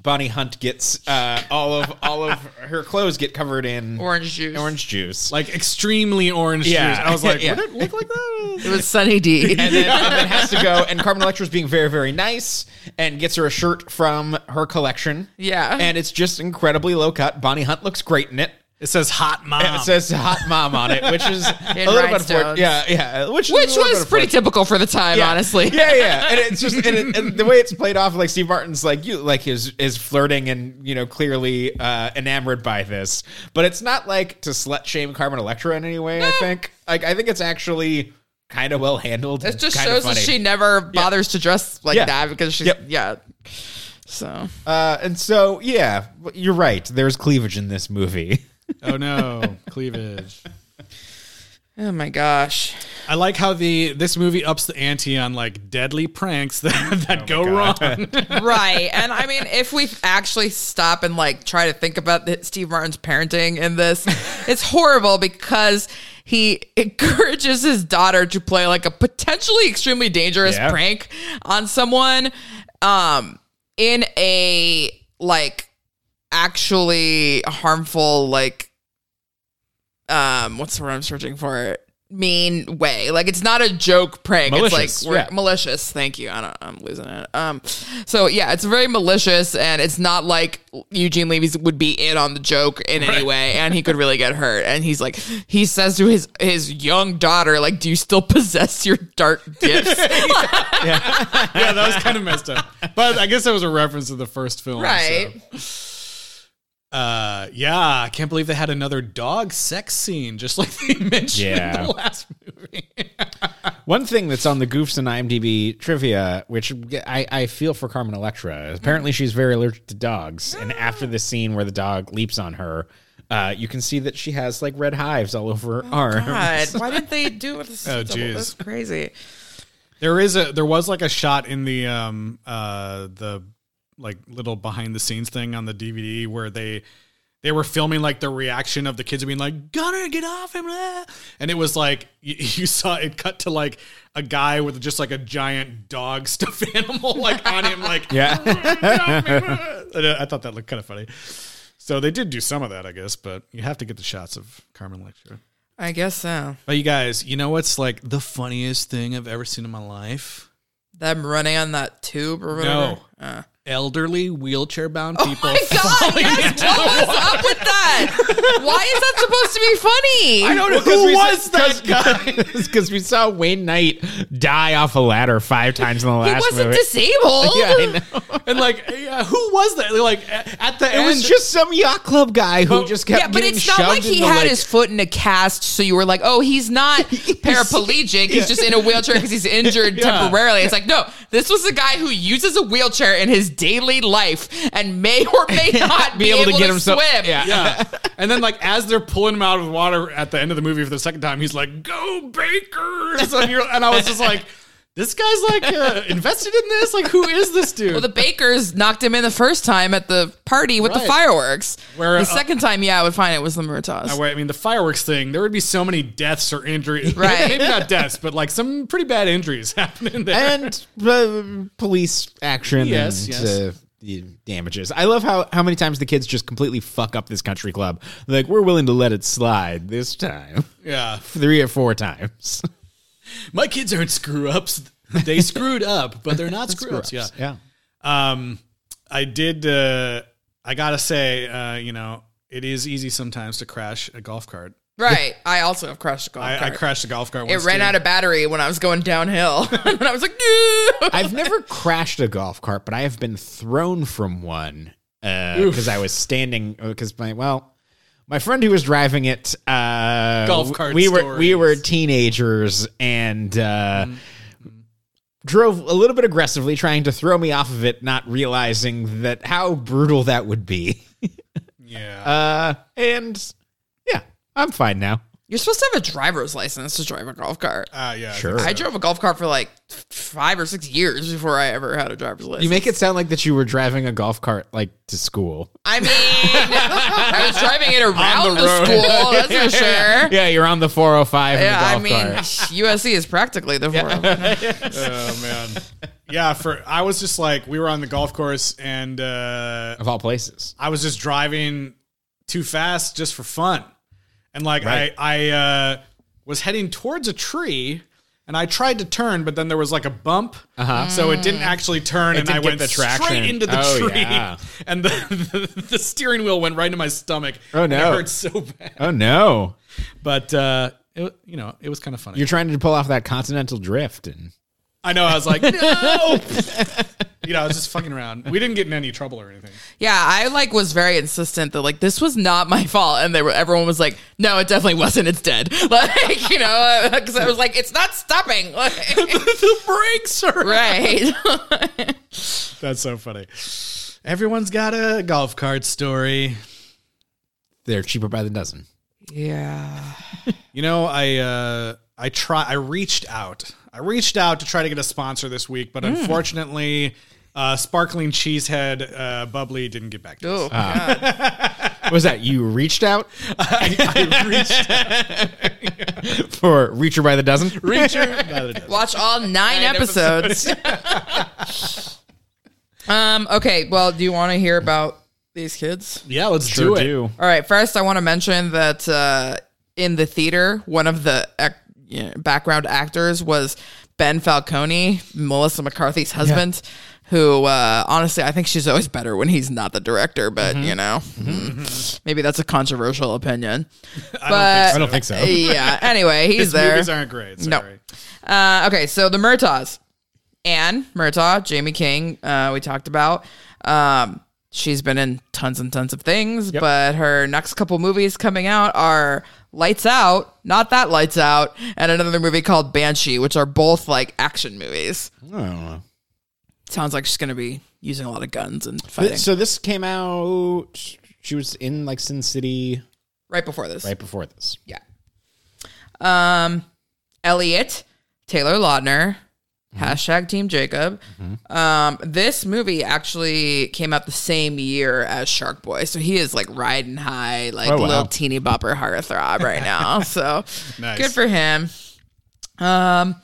C: Bonnie Hunt gets uh, all of all of her clothes get covered in
B: Orange juice.
C: orange juice.
A: like extremely orange
C: Yeah.
A: juice. I was like,
C: Yeah.
A: would it look like that?
B: It was Sunny D.
C: and then, and then has to go. And Carmen Electra's being very, very nice and gets her a shirt from her collection.
B: Yeah.
C: And it's just incredibly low cut. Bonnie Hunt looks great in it.
A: It says hot mom.
C: It says hot mom on it, which is a little bit unfortunate.
B: rhinestones.
C: Yeah, yeah. Which, is a
B: Which
C: little
B: was
C: bit
B: pretty
C: unfortunate.
B: typical for the time,
C: Yeah.
B: honestly.
C: Yeah, yeah. And it's just and, it, and the way it's played off, like Steve Martin's like you like is is flirting and you know clearly uh, enamored by this, but it's not like to slut shame Carmen Electra in any way. I think like I think it's actually kind of well handled.
B: It just
C: kinda
B: shows that
C: funny.
B: she never bothers to dress like
C: Yeah.
B: that because she's
C: Yep.
B: yeah. So
C: Uh, and so yeah, you're right. There's cleavage in this movie.
A: oh no, cleavage.
B: oh my gosh,
A: I like how the this movie ups the ante on like deadly pranks that,
C: Oh,
A: that go wrong.
B: right? And I mean, if we actually stop and like try to think about the, Steve Martin's parenting in this, it's horrible because. He encourages his daughter to play like a potentially extremely dangerous
C: Yeah.
B: prank on someone um in a like actually harmful like um what's the word I'm searching for mean way like it's not a joke prank
C: Malicious,
B: it's like we're
C: yeah.
B: malicious thank you I don't, I'm losing it um so yeah it's very malicious and it's not like Eugene Levy's would be in on the joke in any way and he could really get hurt and he's like he says to his his young daughter like do you still possess your dark gifts
A: yeah, that was kind of messed up. But I guess that was a reference to the first film. so-
B: right
A: Uh, yeah, I can't believe they had another dog sex scene, just like they mentioned
C: Yeah.
A: in the last movie.
C: One thing that's on the goofs and IMDb trivia, which I, I feel for Carmen Electra, apparently she's very allergic to dogs. And after the scene where the dog leaps on her, uh, you can see that she has like red hives all over her arm.
B: Oh, God, why did they do this?
A: Oh,
B: double- That's
A: jeez.
B: crazy.
A: There is a there was like a shot in the um uh the like little behind the scenes thing on the DVD where they they were filming like the reaction of the kids being like Gunner get off him blah." and it was like you, you saw it cut to like a guy with just like a giant dog stuffed animal like on him like
C: Yeah.
A: ah!" And I I thought that looked kind of funny so they did do some of that I guess but you have to get the shots of Carmen Electra
B: I guess so.
A: but you guys you know what's like the funniest thing I've ever seen in my life
B: Them running on that tube or whatever.
A: No. elderly wheelchair bound people.
B: Oh, My God, yes, what was up with that? Why is that supposed to be funny?
C: don't know who was that guy. Because we saw Wayne Knight die off a ladder five times in the
B: he
C: last
B: wasn't
C: movie.
B: disabled.
C: yeah, I know.
A: and like, yeah, who was that? Like a- at the
C: It
A: end,
C: was just some yacht club guy who
A: But-
C: just kept
B: Yeah, but
C: getting
B: it's not
C: shoved
B: like he
C: into,
B: had
C: like-
B: his foot in a cast, so you were like, "Oh, he's not paraplegic. He's just in a wheelchair because he's injured temporarily." It's like, no, this was a guy who uses a wheelchair in his daily life and may or may not be, able, to,
C: get himself-
B: swim.
C: Yeah.
A: yeah. And then like as they're pulling him out of the water at the end of the movie for the second time, he's like, "Go Bakers!" And, you're, and I was just like. This guy's like uh, invested in this. Like, who is this dude?
B: Well, the Bakers knocked him in the first time at the party with
A: Right.
B: the fireworks.
A: Where,
B: the
A: uh,
B: second time, yeah, I would find it was the Murtaughs.
A: Where, I mean, the fireworks thing. There would be so many deaths or injuries.
B: Right.
A: Maybe not deaths, but like some pretty bad injuries happening there.
C: and uh, police action
A: Yes,
C: and
A: yes.
C: Uh, the damages. I love how how many times the kids just completely fuck up this country club. Like we're willing to let it slide this time,
A: yeah.
C: three or four times.
A: My kids aren't screw ups. They screwed up, but they're not screw ups. Yeah.
C: yeah.
A: Um, I did. Uh, I gotta say, uh, you know, it is easy sometimes to crash a golf cart.
B: right. I also have crashed a golf
A: I, I
B: cart.
A: crashed a golf cart.
B: it
A: Once
B: ran
A: too.
B: out of battery when I was going downhill. and I was like, no.
C: I've never crashed a golf cart, but I have been thrown from one because I was standing. Because my well, my friend who was driving it, uh,
A: Golf cart
C: We were we
A: stories. Mm-hmm.
C: were teenagers and uh, drove a little bit aggressively, trying to throw me off of it, not realizing that how brutal that would be.
A: Yeah.
C: Uh, and yeah, I'm fine now.
B: You're supposed to have a driver's license to drive a golf cart.
A: Uh, yeah.
C: Sure.
B: I drove a golf cart for like five or six years before I ever had a driver's license.
C: You make it sound like that you were driving a golf cart like to school.
B: I mean, I was driving it around
A: the
B: the,
A: road.
B: school, that's for sure.
C: Yeah, you're on the 405 in
B: Yeah,
C: the
B: I
C: golf
B: mean,
C: cart.
B: USC is practically the forum.
A: Oh man. Yeah. For I was just like we were on the golf course and uh,
C: of all places.
A: I was just driving too fast just for fun. And like
C: Right.
A: I I uh, was heading towards a tree and I tried to turn, but then there was like a bump, uh-huh. so it didn't actually turn, and
C: didn't
A: I
C: get
A: went
C: the traction.
A: straight into the
C: Oh,
A: tree,
C: yeah.
A: and the, the the steering wheel went right into my stomach.
C: Oh,
A: And it
C: no.
A: hurt so bad.
C: Oh no!
A: But uh, it, you know, it was kind of funny.
C: You're trying to pull off that continental drift, and
A: I know. I was like, no. you know, I was just fucking around. We didn't get in any trouble or anything.
B: Yeah, I like was very insistent that like this was not my fault, and they were everyone was like, "No, it definitely wasn't. It's dead." Like you know, because I was like, "It's not stopping." Like,
A: the brakes are
B: right?
A: That's so funny. Everyone's got a golf cart story.
C: they're cheaper by the dozen.
B: yeah.
A: You know, I uh I try I reached out. I reached out to try to get a sponsor this week, but unfortunately, uh Sparkling Cheesehead uh Bubbly didn't get back to us.
B: Oh,
C: What was that you reached out
A: I reached
C: for reacher by the dozen?
A: reached out. No, it doesn't.
B: Watch all nine, episodes. um. Okay. Well, do you want to hear about these kids?
A: Yeah, let's do it.
B: All right. First, I want to mention that uh, in the theater, one of the ac- you know, background actors was Ben Falcone, Melissa McCarthy's husband. Who, uh, honestly, I think she's always better when he's not the director, but
C: Mm-hmm.
B: you know, mm, maybe that's a controversial opinion. but
C: I don't think so.
B: yeah, anyway, he's
A: His
B: there.
A: movies aren't great.
B: No.
A: Sorry.
B: Uh, okay, so the Murtaughs. Anne Murtaugh, Jamie King, uh, we talked about. Um, she's been in tons and tons of things, but her next couple movies coming out are Lights Out, Not That Lights Out, and another movie called Banshee, which are both like action movies.
C: Oh.
B: Sounds like she's going to be using a lot of guns and fighting.
C: So this came out. She was in like Sin City
B: right before this.
C: right before this.
B: Yeah. Um, Elliot Taylor Lautner,
C: Mm-hmm.
B: hashtag Team Jacob. Um, this movie actually came out the same year as Shark Boy, so he is like riding high, like
C: Oh, wow.
B: little teeny bopper heartthrob right now. so
A: Nice.
B: good for him. Um,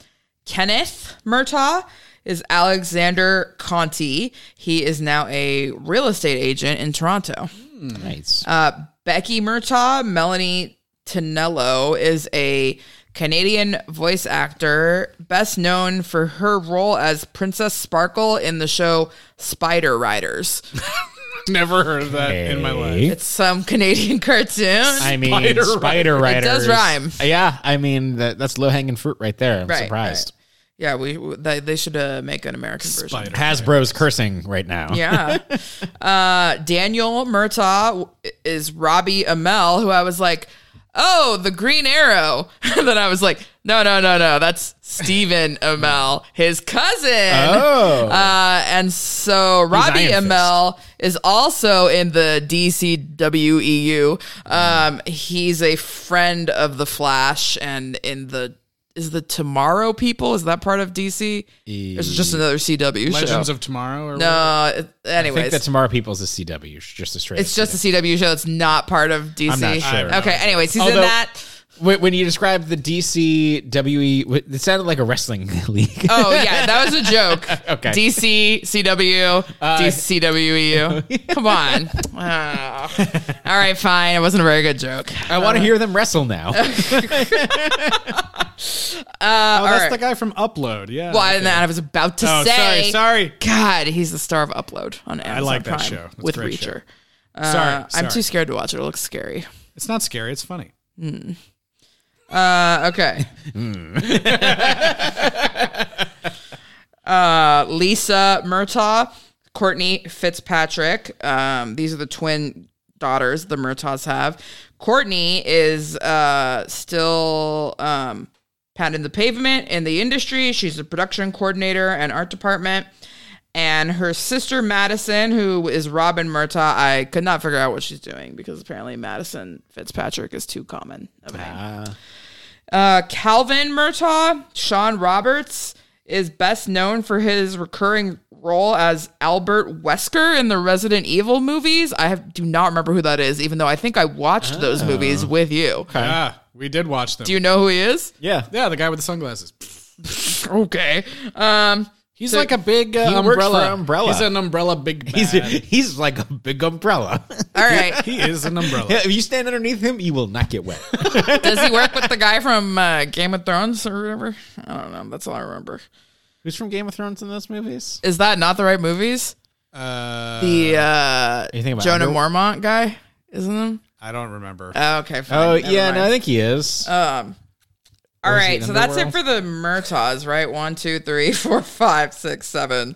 B: Kenneth Murtaugh is Alexander Conti. He is now a real estate agent in Toronto.
C: Nice.
B: Uh, Becky Murtaugh, Melanie Tonello is a Canadian voice actor, best known for her role as Princess Sparkle in the show Spider Riders.
A: Never heard of that in my life.
B: It's some Canadian cartoon.
C: I mean,
A: Spider
C: Spider,
A: Rider.
B: It
C: Rider
B: does rhyme.
C: Yeah, I mean that, that's low hanging fruit right there. I'm
B: Right,
C: surprised.
B: yeah, we we- they, they should uh, make an American version.
A: Spider.
C: Hasbro's cursing right now.
B: Yeah. uh, Daniel Murtaugh is Robbie Amell, who I was like, oh, the Green Arrow. and then I was like, no, no, no, no. That's Stephen Amell, his cousin.
C: Oh.
B: Uh, and so Robbie
C: Iron Fist.
B: Amell is also in the E DCWEU. Um, he's a friend of The Flash and in the is the Tomorrow People? Is that part of DC? It's
C: E
B: just another CW
A: Legends
B: show.
A: of Tomorrow. Or
B: no, it,
C: I think
B: anyways,
C: that Tomorrow People's a CW, just a straight.
B: it's just a CW show. It's not part of DC.
C: I'm not sure.
B: Okay. Anyways, he's
C: Although-
B: in that.
C: When when you described the DCWE, E, it sounded like a wrestling league.
B: Oh yeah, that was a joke.
C: Okay.
B: DC CW
A: Uh,
B: DCWEU. E Come on. Oh. All right, fine. It wasn't a very good joke.
C: I want
A: Uh,
C: to hear them wrestle
A: oh,
C: now.
A: that's
B: alright.
A: the guy from Upload. Yeah.
B: Well, I, and I was about to
A: Oh, sorry,
B: say.
A: sorry.
B: God, he's the star of Upload on Amazon
A: like that
B: Prime
A: show. That's a
B: with
A: great
B: Reacher.
A: sorry,
B: Uh, I'm too scared to watch it. It looks scary.
A: It's not scary. It's funny.
B: Uh, okay. uh, Lisa Murtaugh, Courtney Fitzpatrick. Um, these are the twin daughters the Murtaughs have. Courtney is uh, still um, pounding the pavement in the industry. She's a production coordinator and art department. And her sister Madison, who is Robin Murtaugh, I could not figure out what she's doing because apparently Madison Fitzpatrick is too common of a name. Uh, Calvin Murtaugh, Sean Roberts, is best known for his recurring role as Albert Wesker in the Resident Evil movies. I have, do not remember who that is, even though I think I watched
C: Oh.
B: those movies with you.
A: Yeah, Ah, we did watch them.
B: Do you know who he is?
C: yeah,
A: yeah, the guy with the sunglasses.
B: Okay. Um,
A: He's like a big uh,
C: works for
A: umbrella.
C: Umbrella.
A: He's an umbrella big bad.
C: he's he's like a big umbrella.
B: all right.
A: he is an umbrella.
C: if you stand underneath him, you will not get wet.
B: Does he work with the guy from uh, Game of Thrones or whatever? I don't know. That's all I remember.
C: Who's from Game of Thrones in those movies?
B: Is that not the right movies?
A: Uh,
B: The uh,
C: You think about
B: Jonah
C: Underwood?
B: Mormont guy, isn't it?
A: I don't remember.
B: Oh, okay. Fine.
C: Oh
B: Never
C: yeah,
B: mind. Uh,
C: no, I think he is.
B: All
C: Or is
B: right,
C: it
B: so that's it
C: Underworld?
B: for the Murtaughs, right? One, two, three, four, five, six, seven,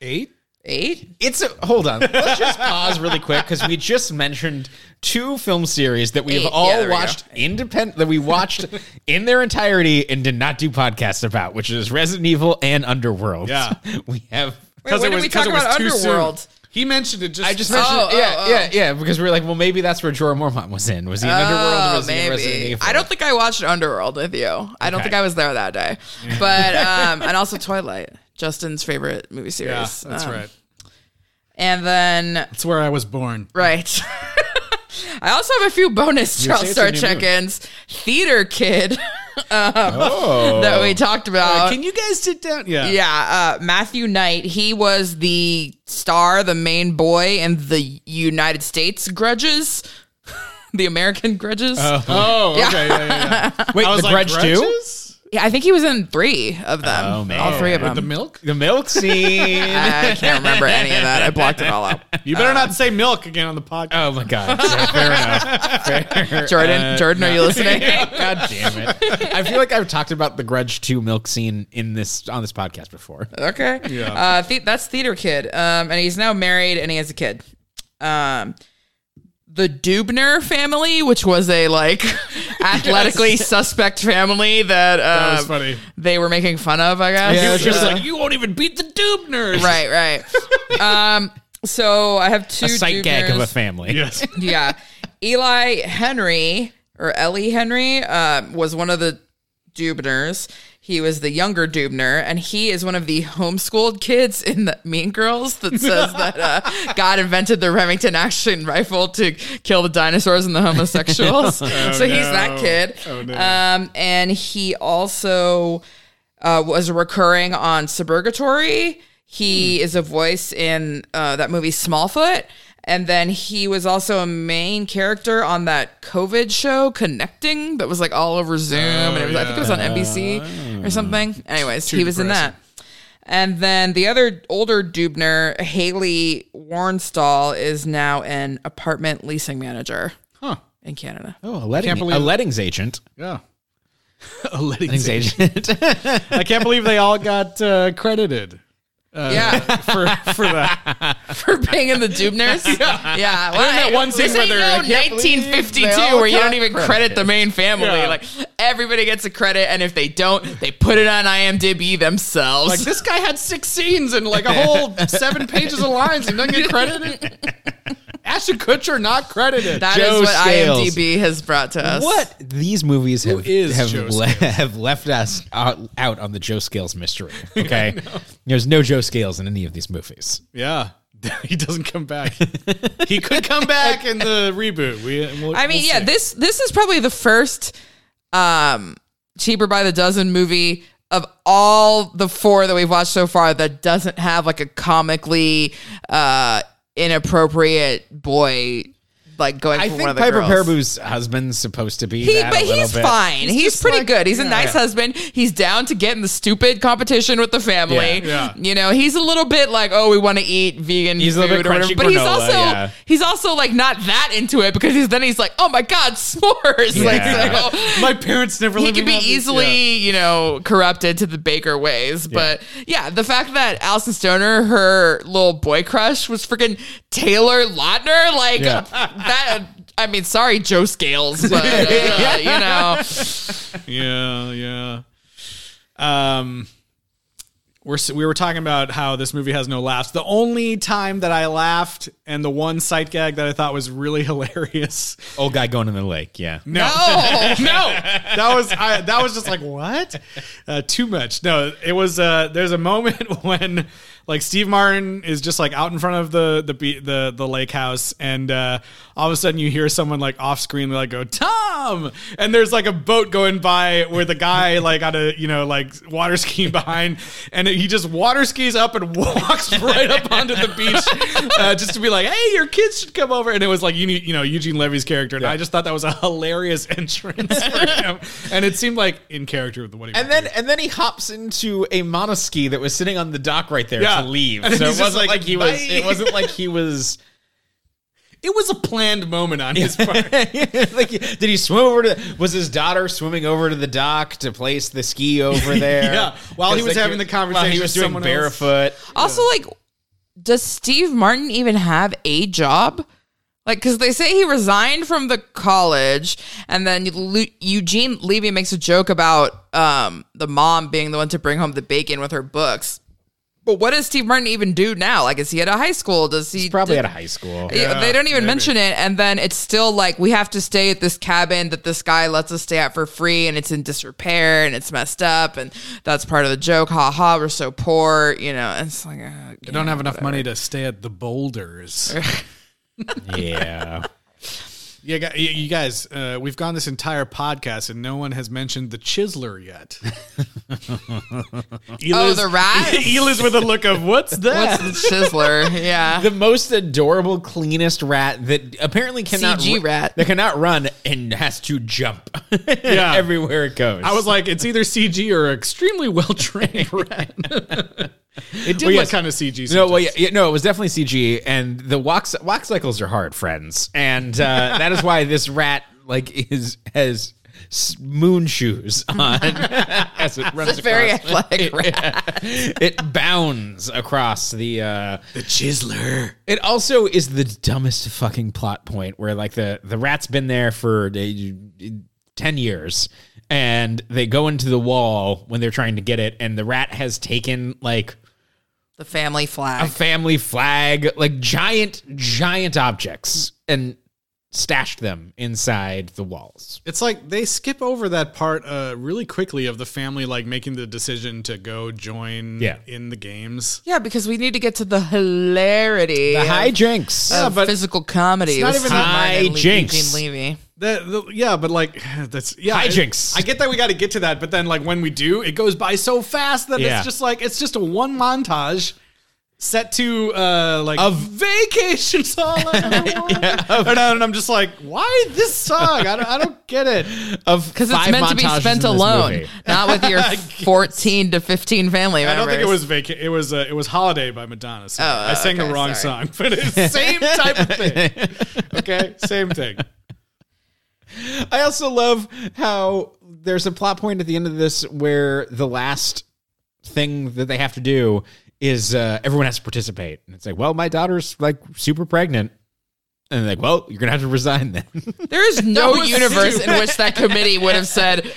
A: Eight.
B: eight.
C: it's a hold on. Let's just pause really quick because we just mentioned two film series that we've
B: Eight.
C: all
B: Yeah, there we go.
C: watched independent that we watched in their entirety and did not do podcasts about, which is Resident Evil and Underworld.
A: Yeah.
C: we have.
B: Wait, when
A: it
B: did
A: was-
B: we talk
A: 'cause it was
B: about
A: too soon.
B: Underworld?
A: He mentioned it just.
C: I just mentioned,
B: Oh, oh,
C: yeah,
B: oh.
C: yeah, yeah, because we were like, well, maybe that's where Jorah Mormont was in. Was he in Underworld? Or
B: Oh,
C: was he in Resident
B: maybe.
C: Evil?
B: I don't think I watched Underworld with you. I don't
C: Okay.
B: think I was there that day. But um, and also Twilight, Justin's favorite movie series.
A: Yeah, that's
B: Um,
A: right.
B: And then
A: That's where I was born.
B: Right. I also have a few bonus
C: You're
B: Charles
C: saying
B: Star
C: it's a new movie.
B: check-ins. Theater Kid um,
C: Oh.
B: that we talked about.
A: Can you guys sit down? Yeah.
B: yeah, uh, Matthew Knight. He was the star, the main boy in the United States Grudges, the American Grudges.
A: Oh, okay. Yeah, yeah, yeah.
C: Wait,
A: I was
C: the
A: like,
C: Grudge too.
A: "Grudges?
B: yeah, I think he was in three of them.
C: Oh, man.
B: all three of
A: With
B: them.
A: the milk?
C: The milk scene.
B: I can't remember any of that. I blocked it all out.
A: You better
B: Uh,
A: not say milk again on the podcast.
C: oh my god. Yeah, fair enough. Fair. uh,
B: Jordan,
A: Uh,
B: Jordan, are you listening?
C: God damn it! I feel like I've talked about the Grudge Two milk scene in this on this podcast before.
B: Okay.
A: Yeah.
B: Uh, the- that's Theater Kid. Um, and he's now married and he has a kid. Um, the Dubner family, which was a like athletically suspect family that, uh,
A: That was funny.
B: they were making fun of, I guess.
C: Yeah, it was just
B: Uh,
C: like you won't even beat the Dubners.
B: right, right. um, so I have two
C: A sight gag of
B: Dubners.
C: a family.
A: Yes.
B: yeah. Eli Henry or Ellie Henry um, was one of the Dubners. He was the younger Dubner, and he is one of the homeschooled kids in the Mean Girls that says that uh, God invented the Remington action rifle to kill the dinosaurs and the homosexuals. so he's that
A: Oh, no.
B: kid.
A: Oh, no.
B: um, and he also uh, was recurring on Suburgatory. He is a voice in uh, that movie Smallfoot. And then he was also a main character on that COVID show, Connecting, that was like all over Zoom. and it was, I think it was on NBC or something. Anyways, he was in that. And then the other older Dubner, Haley Warnstall, is now an apartment leasing manager
A: Huh.
B: in Canada.
C: Oh, a, letting,
A: Can't believe-
C: a lettings agent.
A: Yeah. A letting
C: Lettings
A: station.
C: agent.
A: I can't believe they all got uh, credited
B: yeah.
A: for for that.
B: for being in the Dubners. yeah. Well,
A: that
B: hey,
A: one scene
B: this
A: where
B: ain't
A: they're
B: no
A: like, "Can't believe
B: 1952
C: they all
B: where you don't
C: got
B: even
C: credit."
B: credit the main family.
A: Yeah.
B: Like everybody gets a credit, and if they don't, they put it on IMDb themselves.
A: Like this guy had six scenes and like a whole seven pages of lines and doesn't get credited. Ashton Kutcher not credited.
B: That is
C: Joe
B: what
C: Scales.
B: IMDb has brought to us.
C: What these movies have
A: is
C: have,
A: Joe
C: le- have left us out, out on the Joe Scales mystery. Okay, there's no Joe Scales in any of these movies.
A: yeah. He doesn't come back. he could come back in the reboot. We, we'll-
B: I mean,
A: we'll
B: yeah,
A: see.
B: this this is probably the first um cheaper by the dozen movie of all the four that we've watched so far that doesn't have like a comically uh inappropriate boy like going
C: I
B: for
C: think
B: one of the
C: Piper
B: girls.
C: Perabu's husband's supposed to be.
B: He,
C: that
B: but
C: a little
B: he's
C: bit.
B: fine. He's,
A: just
B: pretty
A: like-
B: good. He's a
A: yeah.
B: nice husband. He's down to get in the stupid competition with the family.
A: Yeah. Yeah.
B: You know, he's a little bit like, oh, we want to eat vegan
C: He's a
B: food
C: little bit
B: or whatever.
C: crunchy
B: But he's
C: granola,
B: also
C: yeah.
B: he's also like not that into it because he's then he's like, oh my god, s'mores.
C: Yeah.
B: Like so.
A: My parents never.
B: He
A: let me
B: could be
A: have this.
B: easily,
A: Yeah.
B: you know, corrupted to the Baker ways. But yeah, the fact that Alison Stoner, her little boy crush, was freaking Taylor Lautner, like
C: Yeah.
B: that. I mean, sorry, Joe Scales, but uh, you know,
A: yeah, yeah. Um, we're s- we were talking about how this movie has no laughs. The only time that I laughed, and the one sight gag that I thought was really hilarious.
C: Old guy going in the lake. Yeah.
A: No,
B: Oh.
A: no, that was I, that was just like what? Uh, too much. No, it was. Uh, there's a moment when like Steve Martin is just like out in front of the the be- the the lake house, and uh, all of a sudden you hear someone like off screen like go Tom, and there's like a boat going by where the guy like got a you know like water skiing behind, and he just water skis up and walks right up onto the beach uh, just to be like, hey, your kids should come over, and it was like you need you know Eugene Levy's character, and I just thought that was a hilarious entrance for him, and it seemed like in character with what he
C: And
A: would do.
C: then and then he hops into a monoski that was sitting on the dock right there
A: Yeah.
C: to leave.
A: And
C: so it
A: he's just
C: wasn't
A: like,
C: like, he was.
A: "Bye."
C: It wasn't like he was.
A: it was a planned moment on his part.
C: like, did he swim over to? Was his daughter swimming over to the dock to place the ski over there?
A: Yeah, while he
C: Because,
A: was having the
C: while
A: conversation
C: he
A: with
C: was doing
A: someone else.
C: barefoot.
B: Also, like, does Steve Martin even have a job? Like, because they say he resigned from the college, and then Lu- Eugene Levy makes a joke about um, the mom being the one to bring home the bacon with her books. But what does Steve Martin even do now? Like, is he at a high school? Does he
C: Probably
B: do-
C: out of high school.
B: Yeah, they don't even mention it and then it's still like we have to stay at this cabin that this guy lets us stay at for free and it's in disrepair and it's messed up and that's part of the joke ha ha we're so poor you know and it's like uh,
A: I don't have enough money to stay at the Boulders.
C: Yeah.
A: Yeah, gu- you you guys, uh, we've gone this entire podcast and no one has mentioned the Chiseler yet.
B: oh
A: Eli's-
B: the rat
A: Eli's with a look of what's that?
B: what's the chiseler yeah
C: the most adorable, cleanest rat that apparently cannot
B: CG rat.
C: that cannot run and has to jump
A: Yeah.
C: everywhere it goes.
A: I was like, it's either CG or extremely well trained rat.
C: it did
A: well, yeah,
C: look-
A: kind of CG.
C: No, well,
A: sometimes.
C: yeah, yeah, no, it was definitely CG, and the wax wax cycles are hard, friends, and uh, that is why this rat like is has s- moon shoes on as it runs.
B: it's very
C: across.
B: athletic rat
C: it bounds across the. Uh,
A: the Chiseler.
C: it also is the dumbest fucking plot point where like the the rat's been there for uh, ten years, and they go into the wall when they're trying to get it, and the rat has taken like
B: the family
C: a
B: flag
C: family flag, like giant, giant objects, and stashed them inside the walls.
A: It's like they skip over that part uh, really quickly of the family like making the decision to go join
C: Yeah.
A: in the games.
B: yeah because we need to get to the hilarity
C: The
B: of-
C: hijinks.
B: of
A: but
B: physical comedy
A: not
B: with
A: even
B: Steve
A: that-
B: Martin and Le-
C: Hijinks.
B: Eugene Levy
A: That, the, yeah, but like that's yeah. I-
C: Hijinks.
A: I, get that we got to get to that, but then like when we do, it goes by so fast that
C: Yeah.
A: it's just like it's just a one montage set to uh like
C: Of-
A: vacation song. I Ever wanted. and, I- and I'm just like, why this song? I don't, I don't get it.
C: of because
B: Because it's meant to be spent alone, not with your 14 to 15 family
A: I
B: members.
A: don't think it was vaca- It was uh, it was holiday by Madonna. So I sang
B: Oh, okay,
A: the wrong
B: sorry.
A: song, but it's the same type of thing. Okay, same thing.
C: I also love how there's a plot point at the end of this where the last thing that they have to do is uh, everyone has to participate, and it's like, well, my daughter's like super pregnant. And they're like, well, you're gonna have to resign then.
B: There is no universe in which that committee would have said,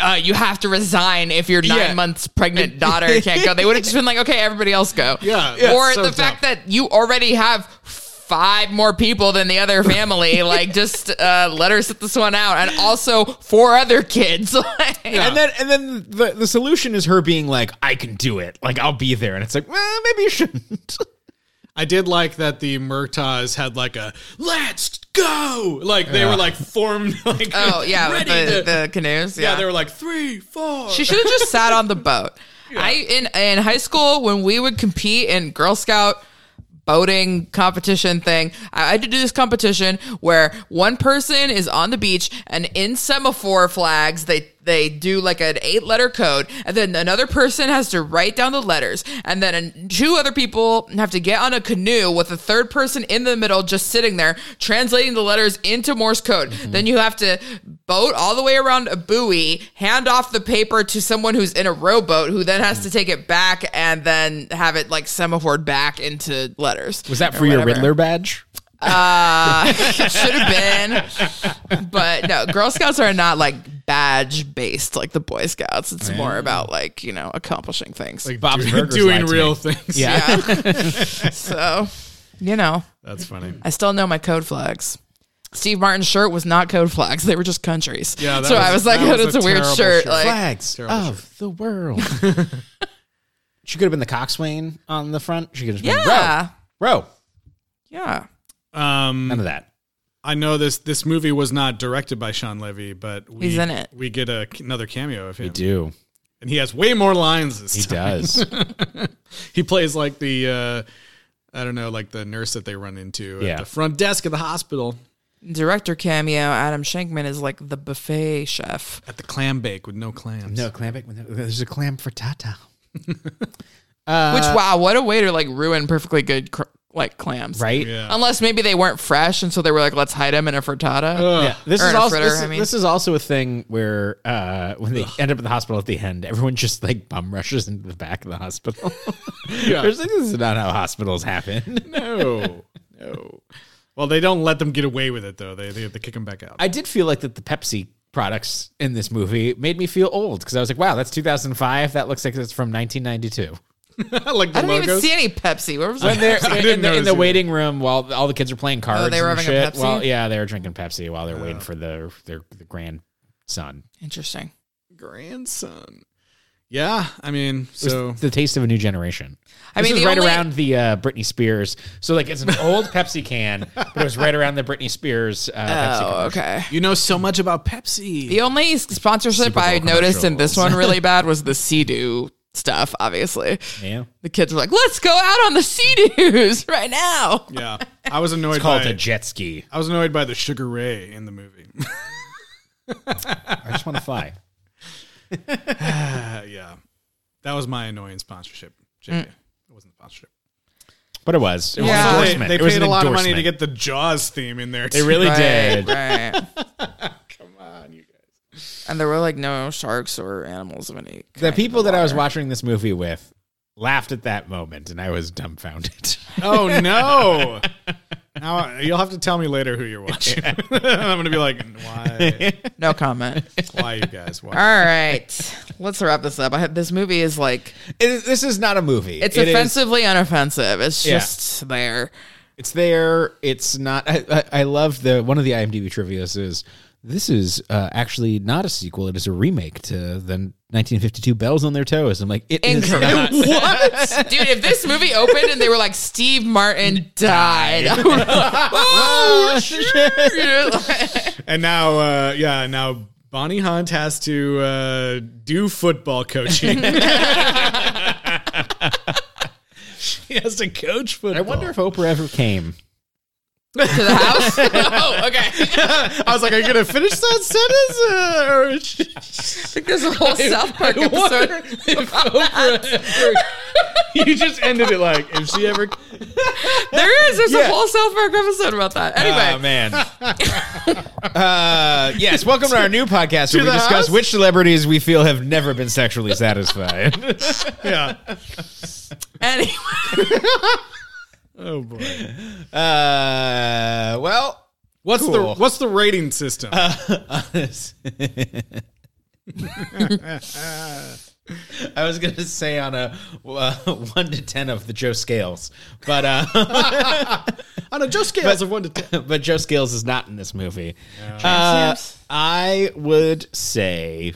B: uh, you have to resign if your nine
C: Yeah.
B: months pregnant daughter can't go. They would have just been like, okay, everybody else go.
A: Yeah,
B: or
A: it's so
B: the fact that you already have five more people than the other family. like, just uh, let her sit this one out, and also four other kids. Like,
C: And then, and then the, the solution is her being like, "I can do it. Like I'll be there." And it's like, well, maybe you shouldn't.
A: I did like that the Murtaughs had like a let's go. Like they were like formed like
B: oh yeah, with
A: ready
B: the,
A: to-
B: the canoes.
A: yeah.
B: Yeah,
A: they were like three, four.
B: She should have just sat on the boat. I in in high school when we would compete in Girl Scout boating competition thing, I I had to do this competition where one person is on the beach and in semaphore flags they they do like an eight letter code and then another person has to write down the letters and then an- two other people have to get on a canoe with a third person in the middle just sitting there translating the letters into Morse code. Then you have to boat all the way around a buoy, hand off the paper to someone who's in a rowboat who then has to take it back and then have it like semaphored back into letters.
C: Was that for your Riddler badge?
B: Should have been. But no, Girl Scouts are not like badge based like the Boy Scouts. It's more about like, you know, accomplishing things.
A: like
C: Bob's
A: doing,
C: Burgers
A: doing
C: lied to
A: real
C: me.
A: things.
C: Yeah.
B: so, you know,
A: That's funny.
B: I still know my code flags. Steve Martin's shirt was not code flags. They were just countries.
A: Yeah, that
B: so I
A: was-
B: was like,
A: that was
B: it's
A: a
B: a, weird
A: terrible
B: shirt.
A: shirt.
B: Like,
C: Flags
A: Terrible
C: of the world. she could have been the coxswain on the front. She could have been
B: yeah.
C: row, row.
B: Yeah.
A: Um,
C: None of that.
A: I know this this movie was not directed by Sean Levy, but we,
B: He's in it.
A: We get a, another cameo of him,
C: do.
A: and he has way more lines. This
C: He
A: time.
C: does.
A: He plays like the uh, I don't know, like the nurse that they run into
C: Yeah.
A: at the front desk of the hospital
B: Director cameo Adam Shankman is like the buffet chef.
A: at the clam bake with no clams.
C: no clam. bake- There's a clam for Tata.
B: Which wow, what a way to like ruin perfectly good cr- like clams,
C: Right.
A: Yeah.
B: Unless maybe they weren't fresh, and so they were like, let's hide them in a frittata.
A: Ugh.
C: Yeah, this
B: Or
C: is
B: in a
C: also
B: fritter,
C: this,
B: I
C: is-
B: mean.
C: this is also a thing where uh, when they end up at the hospital at the end, everyone just like bum rushes into the back of the hospital. There's like, this is not how hospitals happen.
A: No, no. Well, they don't let them get away with it though. They they have to kick them back out.
C: I did feel like that the Pepsi products in this movie made me feel old because I was like, wow, that's 2005. That looks like it's from 1992.
A: like the
B: I didn't even
A: logos.
B: see any Pepsi. Where was
C: When
B: that?
C: they're
A: I
C: in,
A: didn't
C: the, in
A: notice
C: the
A: either.
C: waiting room while all the kids are playing cards,
B: Oh, they were
C: and
B: having a
C: shit.
B: Pepsi? Oh.
C: Well, yeah, they were drinking Pepsi while they're waiting for their their, their grandson.
B: Interesting.
A: grandson. Yeah, I mean, so
C: the taste of a new generation.
B: I
C: I
B: mean,
C: mean,
B: the
C: right
B: only-
C: around the uh, Britney Spears. So like, it's an old Pepsi can, but it was right around the Britney Spears. Uh, Pepsi
B: Oh,
C: commercial.
B: okay.
A: you know so much about Pepsi.
B: The only s- sponsorship
C: Super Bowl
B: I noticed in this one really bad was the Sea-Doo stuff. Obviously,
C: Yeah,
B: the kids were like, let's go out on the Sea-Doos right now.
A: yeah, I was annoyed
C: it's called
A: by
C: a jet ski.
A: I was annoyed by the Sugar Ray in the movie.
C: I just want to fly.
A: Uh, yeah, that was my annoying sponsorship. JK.
C: Mm.
A: It wasn't a sponsorship.
C: But it was. It was
B: Yeah.
C: an
B: They-
C: endorsement.
A: They,
C: it was
A: paid
C: an
A: a lot of money to get
C: endorsement.
A: the Jaws theme in there.
C: They really did.
B: Right. Come on, you guys. And there were like no sharks or animals of any.
C: The
B: kind.
C: people that I was watching this movie with laughed at that moment, and I was dumbfounded.
A: Oh no! now I- you'll have to tell me later who you're watching. I'm gonna be like, why?
B: no comment.
A: Why you guys? Why?
B: All right, let's wrap this up. I had, this movie is like
C: It is- this is not a movie.
B: it's
C: It is-
B: offensively unoffensive. It's
C: Yeah.
B: just there.
C: It's there. It's not. I, I, I love the one of the IMDb trivia's is this is uh, actually not a sequel. It is a remake to the 1952 Bells on Their Toes. I'm like, it is
B: Incorrect.
C: not.
B: what, dude? If this movie opened and they were like Steve Martin died, I would've been like, oh sure. You know, like-
A: And now, uh, yeah, now Bonnie Hunt has to uh, do football coaching. she has to coach football.
C: I wonder if Oprah ever came.
B: to the house. oh, okay.
A: I was like, are you gonna finish that sentence? Uh, or is she-
B: There's a whole South Park episode.
A: you just ended it like if she ever.
B: There is. There's a whole South Park episode about that. Anyway,
C: Ah, man. uh, yes, welcome to our new podcast where we
A: the
C: discuss
A: house?
C: which celebrities we feel have never been sexually satisfied.
A: Yeah.
B: anyway.
A: Oh boy.
C: uh, well,
A: What's
C: Cool. Uh,
A: the What's the rating system?
C: I was gonna say on a uh, one to ten of the Joe Scales, but uh,
A: On a Joe scales of one to ten.
C: but Joe Scales is not in this movie. Uh, I would say,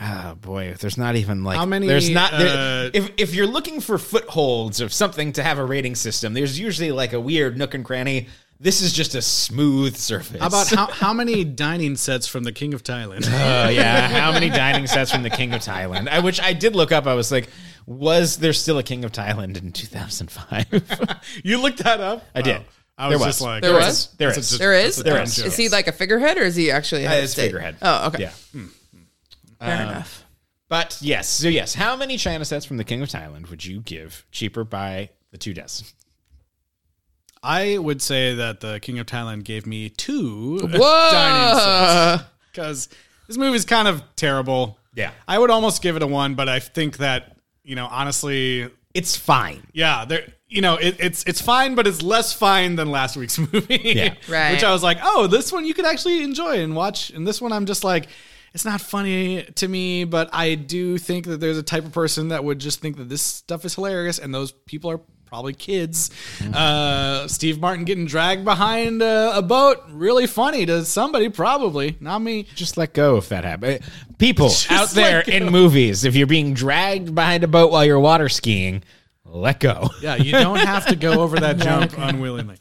C: oh boy, there's not even like
A: How many,
C: There's not there,
A: uh,
C: if if you're looking for footholds of something to have a rating system, there's usually like a weird nook and cranny. This is just a smooth surface.
A: How about how, how many dining sets from the King of Thailand?
C: Oh yeah, how many dining sets from the King of Thailand? I which I did look up. I was like, was there still a King of Thailand in 2005?
A: you looked that up?
C: I did.
A: Oh, I was, just
C: There was.
A: like,
B: There was?
C: There
A: that's a-
C: is.
A: that's a-
B: There is.
A: that's a
C: There
A: dumb
C: is.
A: joke.
B: Is he like a figurehead, or is he actually? a head of
C: it's
B: state?
C: figurehead.
B: Oh, okay.
C: Yeah.
B: Fair enough.
C: But yes, so yes, how many China sets from the King of Thailand would you give cheaper by the two dozen?
A: I would say that the King of Thailand gave me two dining sets
B: Whoa.
A: because this movie's kind of terrible.
C: Yeah.
A: I would almost give it a one, but I think that you know, honestly,
C: It's fine.
A: yeah, there. You know, it, it's it's fine, but it's less fine than last week's movie.
C: Yeah.
B: Right.
A: Which I was like, oh, this one you could actually enjoy and watch, and this one I'm just like. It's not funny to me, but I do think that there's a type of person that would just think that this stuff is hilarious, and those people are probably kids. Uh, Steve Martin getting dragged behind a, a boat, really funny to somebody, probably not me.
C: Just let go if that happens. People out
A: let
C: there
A: go.
C: in movies, if you're being dragged behind a boat while you're water skiing, let go.
A: Yeah, you don't have to go over that jump unwillingly.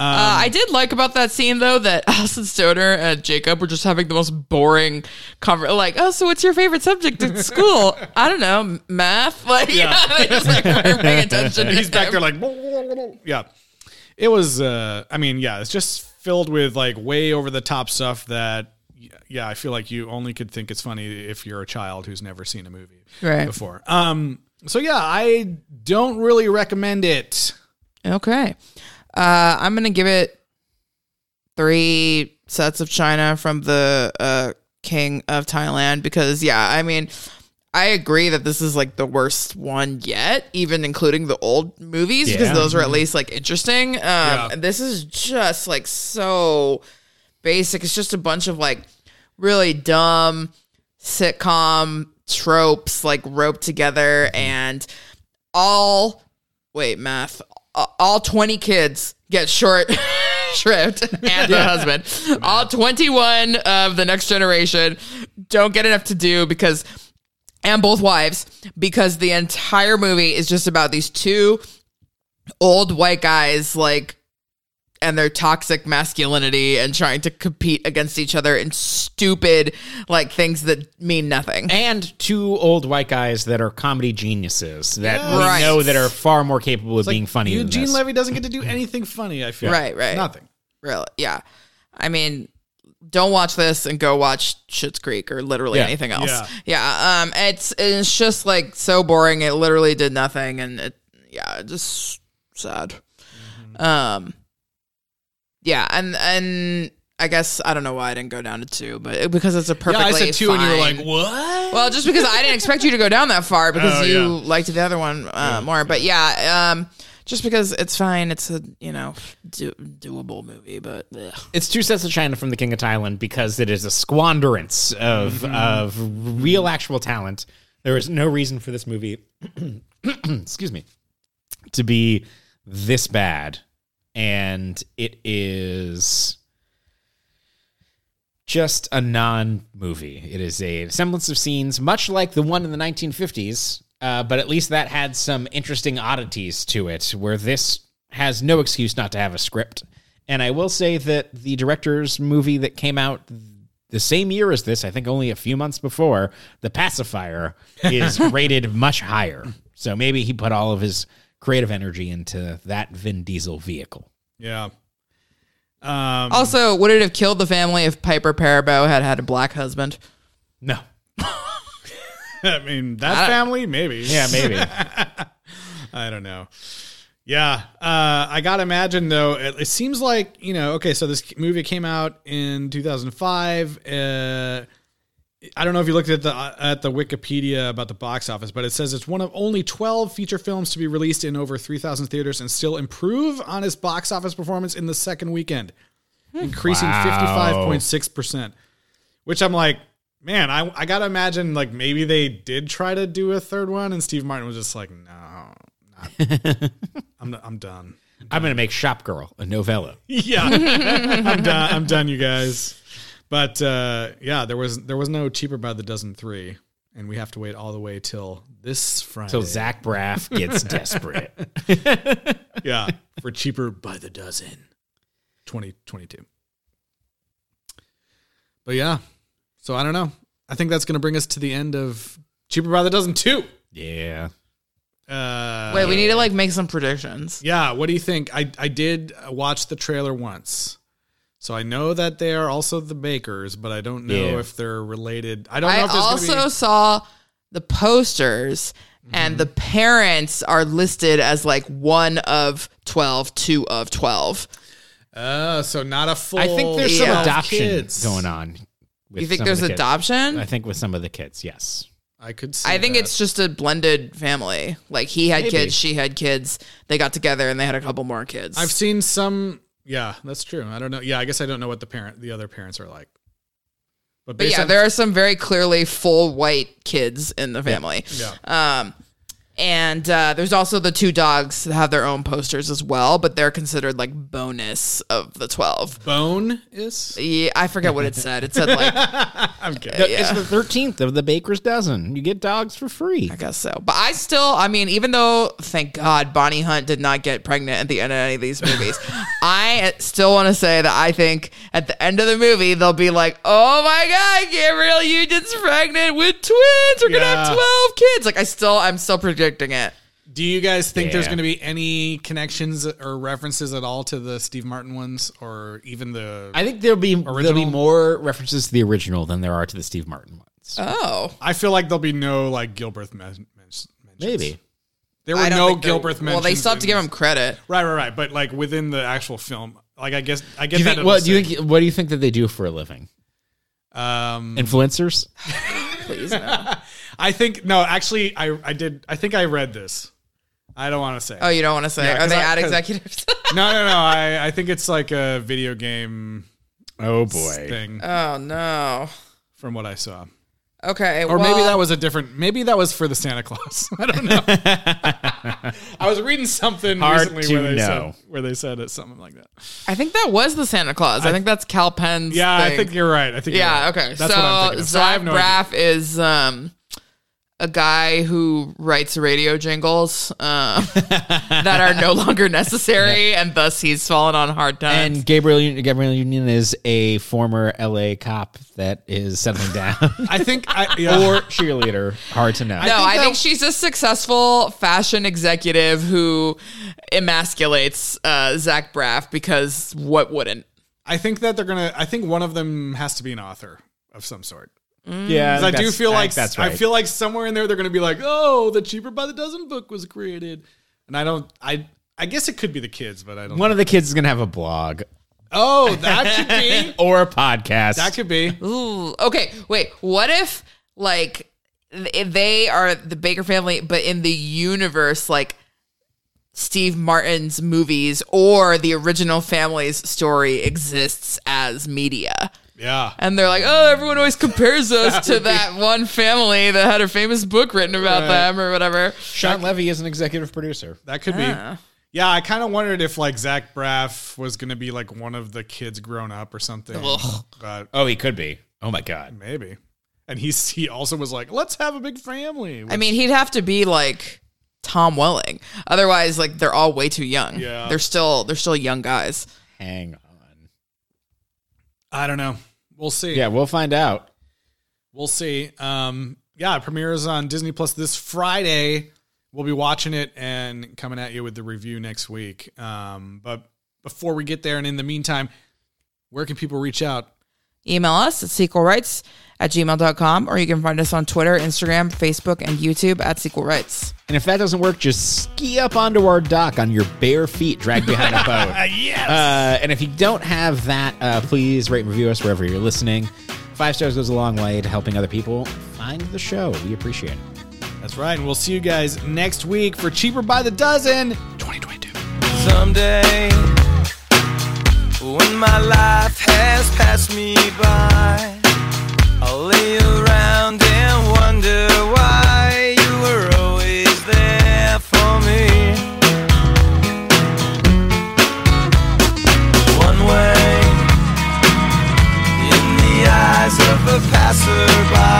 B: Uh, I did like about that scene though that Alison Stoner and Jacob were just having the most boring conversation. Like, oh, so what's your favorite subject at school? I don't know, m- math. Like, yeah, they just like weren't paying attention. to
A: he's back there
B: him.
A: like yeah it was uh i mean yeah it's just filled with like way over the top stuff that yeah i feel like you only could think it's funny if you're a child who's never seen a movie
B: Right.
A: before um so yeah i don't really recommend it
B: Okay. Uh, I'm going to give it three sets of China from the uh, King of Thailand because, yeah, I mean, I agree that this is like the worst one yet, even including the old movies because
C: Yeah.
B: those were at least like interesting. Um, This is just like so basic. It's just a bunch of like really dumb sitcom tropes like roped together and all wait math A- all 20 kids get short shrift and the husband all 21 of the next generation don't get enough to do because and both wives because the entire movie is just about these two old white guys like and their toxic masculinity and trying to compete against each other in stupid like things that mean nothing.
C: And two old white guys that are comedy geniuses that we
B: Right.
C: know that are far more capable of being funny than
A: eugene
C: this.
A: levy doesn't get to do anything funny i feel
B: Right, right.
A: nothing
B: Really? Yeah. I mean, don't watch this and go watch Schitt's Creek or literally
C: Yeah.
B: anything else.
A: Yeah.
B: Yeah. Um. It's it's just like so boring. It literally did nothing, and it yeah, just sad. Um. Yeah, and and I guess I don't know why I didn't go down to two, but it, because it's a
A: yeah
B: perfectly
A: i said two and you were
B: fine-
A: like what
B: well, just because I didn't expect you to go down that far because
A: Oh,
B: you
A: yeah.
B: liked the other one uh, more. But yeah, um, just because it's fine. It's a you know do- doable movie, but ugh.
C: it's two sets of China from the King of Thailand because it is a squanderance of of real actual talent. There is no reason for this movie, excuse me, to be this bad, and it is just a non movie. It is a semblance of scenes, much like the one in the 1950s, uh, but at least that had some interesting oddities to it, where this has no excuse not to have a script. And I will say that the director's movie that came out the same year as this, I think only a few months before, The Pacifier, is rated much higher. So maybe he put all of his creative energy into that Vin Diesel vehicle.
A: yeah um
B: also would it have killed the family if Piper Parabo had had a black husband?
C: No.
A: i mean that family maybe
C: Yeah, maybe.
A: I don't know. Yeah, uh, I gotta imagine though. It, it seems like you know. Okay, so this movie came out in 2005. Uh, I don't know if you looked at the uh, at the Wikipedia about the box office, but it says it's one of only 12 feature films to be released in over 3,000 theaters and still improve on its box office performance in the second weekend, increasing
C: Wow.
A: 55.6 percent. Which I'm like, man, I I gotta imagine like maybe they did try to do a third one, and Steve Martin was just like, no, not, I'm I'm done.
C: I'm going to make Shop Girl a novella.
A: Yeah, I'm done. I'm done, you guys. But uh, yeah, there was there was no cheaper by the dozen three, and we have to wait all the way till this Friday.
C: So Zach Braff gets desperate.
A: yeah, for cheaper by the dozen, twenty twenty two. But yeah, so I don't know. I think that's going to bring us to the end of cheaper by the dozen two.
C: Yeah.
A: Uh,
B: Wait, we need to like make some predictions.
A: Yeah, what do you think? I I did uh, watch the trailer once. So I know that they are also the Bakers, but I don't know
C: Yeah.
A: if they're related. I don't know
B: I
A: if there's
B: also
A: gonna be, Mm-hmm.
B: saw the posters, and the parents are listed as like one of 12, two of 12.
A: Oh, so not a full.
C: I think there's some
B: Yeah.
A: 12
C: adoption
A: kids.
C: going on. with
B: You think
C: some of
B: there's
C: the kids.
B: adoption?
C: I think with some of the kids, yes.
A: I could. See
B: I think
A: that.
B: it's just a blended family. Like he had
C: Maybe.
B: kids, she had kids. They got together and they had a couple more kids.
A: I've seen some. Yeah, that's true. I don't know. Yeah, I guess I don't know what the parent, the other parents are like.
B: but
A: based
B: yeah,
A: on-
B: there are some very clearly full white kids in the family.
A: Yeah.
B: Um, and uh, there's also the two dogs that have their own posters as well, but they're considered like bonus of the 12.
A: Bone is.
B: Yeah, I forget what it said. It said like, I
A: I'm kidding.
C: It's the 13th of the Baker's Dozen. You get dogs for free.
B: guess so. But I still, I mean, even though, thank God, Bonnie Hunt did not get pregnant at the end of any of these movies, I still want to say that I think at the end of the movie, they'll be like, oh my God, Gabriel Union's pregnant with twins. We're going to
A: Yeah.
B: have 12 kids. Like, I still, I'm still predicting it.
A: Do you guys think there's
C: Yeah.
A: going to be any connections or references at all to the Steve Martin ones, or even the?
C: I think there'll be there'll be
A: Original?
C: more references to the original than there are to the Steve Martin ones.
B: Oh.
A: I feel like there'll be no like Gilbert men- men- mentions.
C: Maybe.
A: there
B: I
A: were
B: don't
A: no
B: think they're-
A: Gilbert mentions.
B: Well, they still have to
A: in
B: give
A: this.
B: him credit.
A: right, right, right. But like within the actual film, like I guess I get
C: Do you
A: that.
C: think,
A: in
C: what
A: the
C: do you
A: same-
C: think? What do you think that they do for a living?
A: Um,
C: Influencers?
B: Please. No.
A: I think no. Actually, I I did. I think I read this. I don't want to say.
B: Oh, you don't want to say?
A: Yeah,
B: Are they
A: 'cause I-
B: ad
A: 'cause-
B: executives?
A: no, no, no. I I think it's like a video game
C: Oh boy!
A: thing
B: oh no.
A: from what I saw.
B: Okay.
A: Or maybe that was a different. Maybe that was for the Santa Claus. I don't know. I was reading something
C: Hard
A: recently where
C: to
A: they
C: know.
A: said where they said it something like that.
B: I think that was the Santa Claus. I, think that's Cal Penn's.
A: Yeah, I
B: thing.
A: think you're right. I think you're
B: Yeah.
A: right.
B: Okay.
A: That's
B: so
A: what I'm thinking. of. So I
B: Zach
A: have no idea.
B: Braff is um, a guy who writes radio jingles um, that are no longer necessary, and thus he's fallen on hard times.
C: And Gabriel Un- Gabriel Union is a former L.A. cop that is settling down
A: I think I,
C: or
A: yeah.
C: cheerleader. Hard to
B: No,
C: know.
B: I
A: think
B: think,
A: that-
B: she's a successful fashion executive who emasculates uh, Zach Braff because what wouldn't?
A: I think that they're gonna. I think one of them has to be an author of some sort.
C: Mm-hmm. Yeah,
A: 'Cause I do
C: that's-
A: feel
C: think
A: like
C: that's right.
A: I feel like somewhere in there they're gonna be like, oh, the cheaper by the dozen book was created, and I don't. I I guess it could be the kids, but I don't.
C: one of the kids is gonna have a blog
A: oh, that could be.
C: or a podcast.
A: That could be.
B: Ooh, okay, wait. What if like th- they are the Baker family, but in the universe, like Steve Martin's movies or the original family's story exists as media?
A: Yeah.
B: And they're like, oh, everyone always compares us to that one family that had a famous book written about them or whatever.
C: Sean Levy is an executive producer.
A: That could be. Yeah, I kind of wondered if like Zach Braff was gonna be like one of the kids grown up or something, but
C: Oh, he could be. Oh my god.
A: maybe. And he's he also was like, let's have a big family.
B: I mean, he'd have to be like Tom Welling. Otherwise, like they're all way too young.
A: Yeah.
B: They're still they're still young guys.
C: Hang on.
A: I don't know. We'll see.
C: Yeah, we'll find out.
A: We'll see. Um, yeah, it premieres on Disney Plus this Friday. We'll be watching it and coming at you with the review next week. Um, but before we get there, and in the meantime, where can people reach out?
B: Email us at sequelrights at gmail.com or you can find us on Twitter, Instagram, Facebook, and YouTube at Sequel Rights.
C: And if that doesn't work, just ski up onto our dock on your bare feet, dragged behind a boat. yes. Uh, and if you don't have that, uh, please rate and review us wherever you're listening. Five stars goes a long way to helping other people find the show. We appreciate it.
A: That's right. And we'll see you guys next week for Cheaper by the Dozen 2022.
H: Someday, when my life has passed me by, I'll lay you passerby.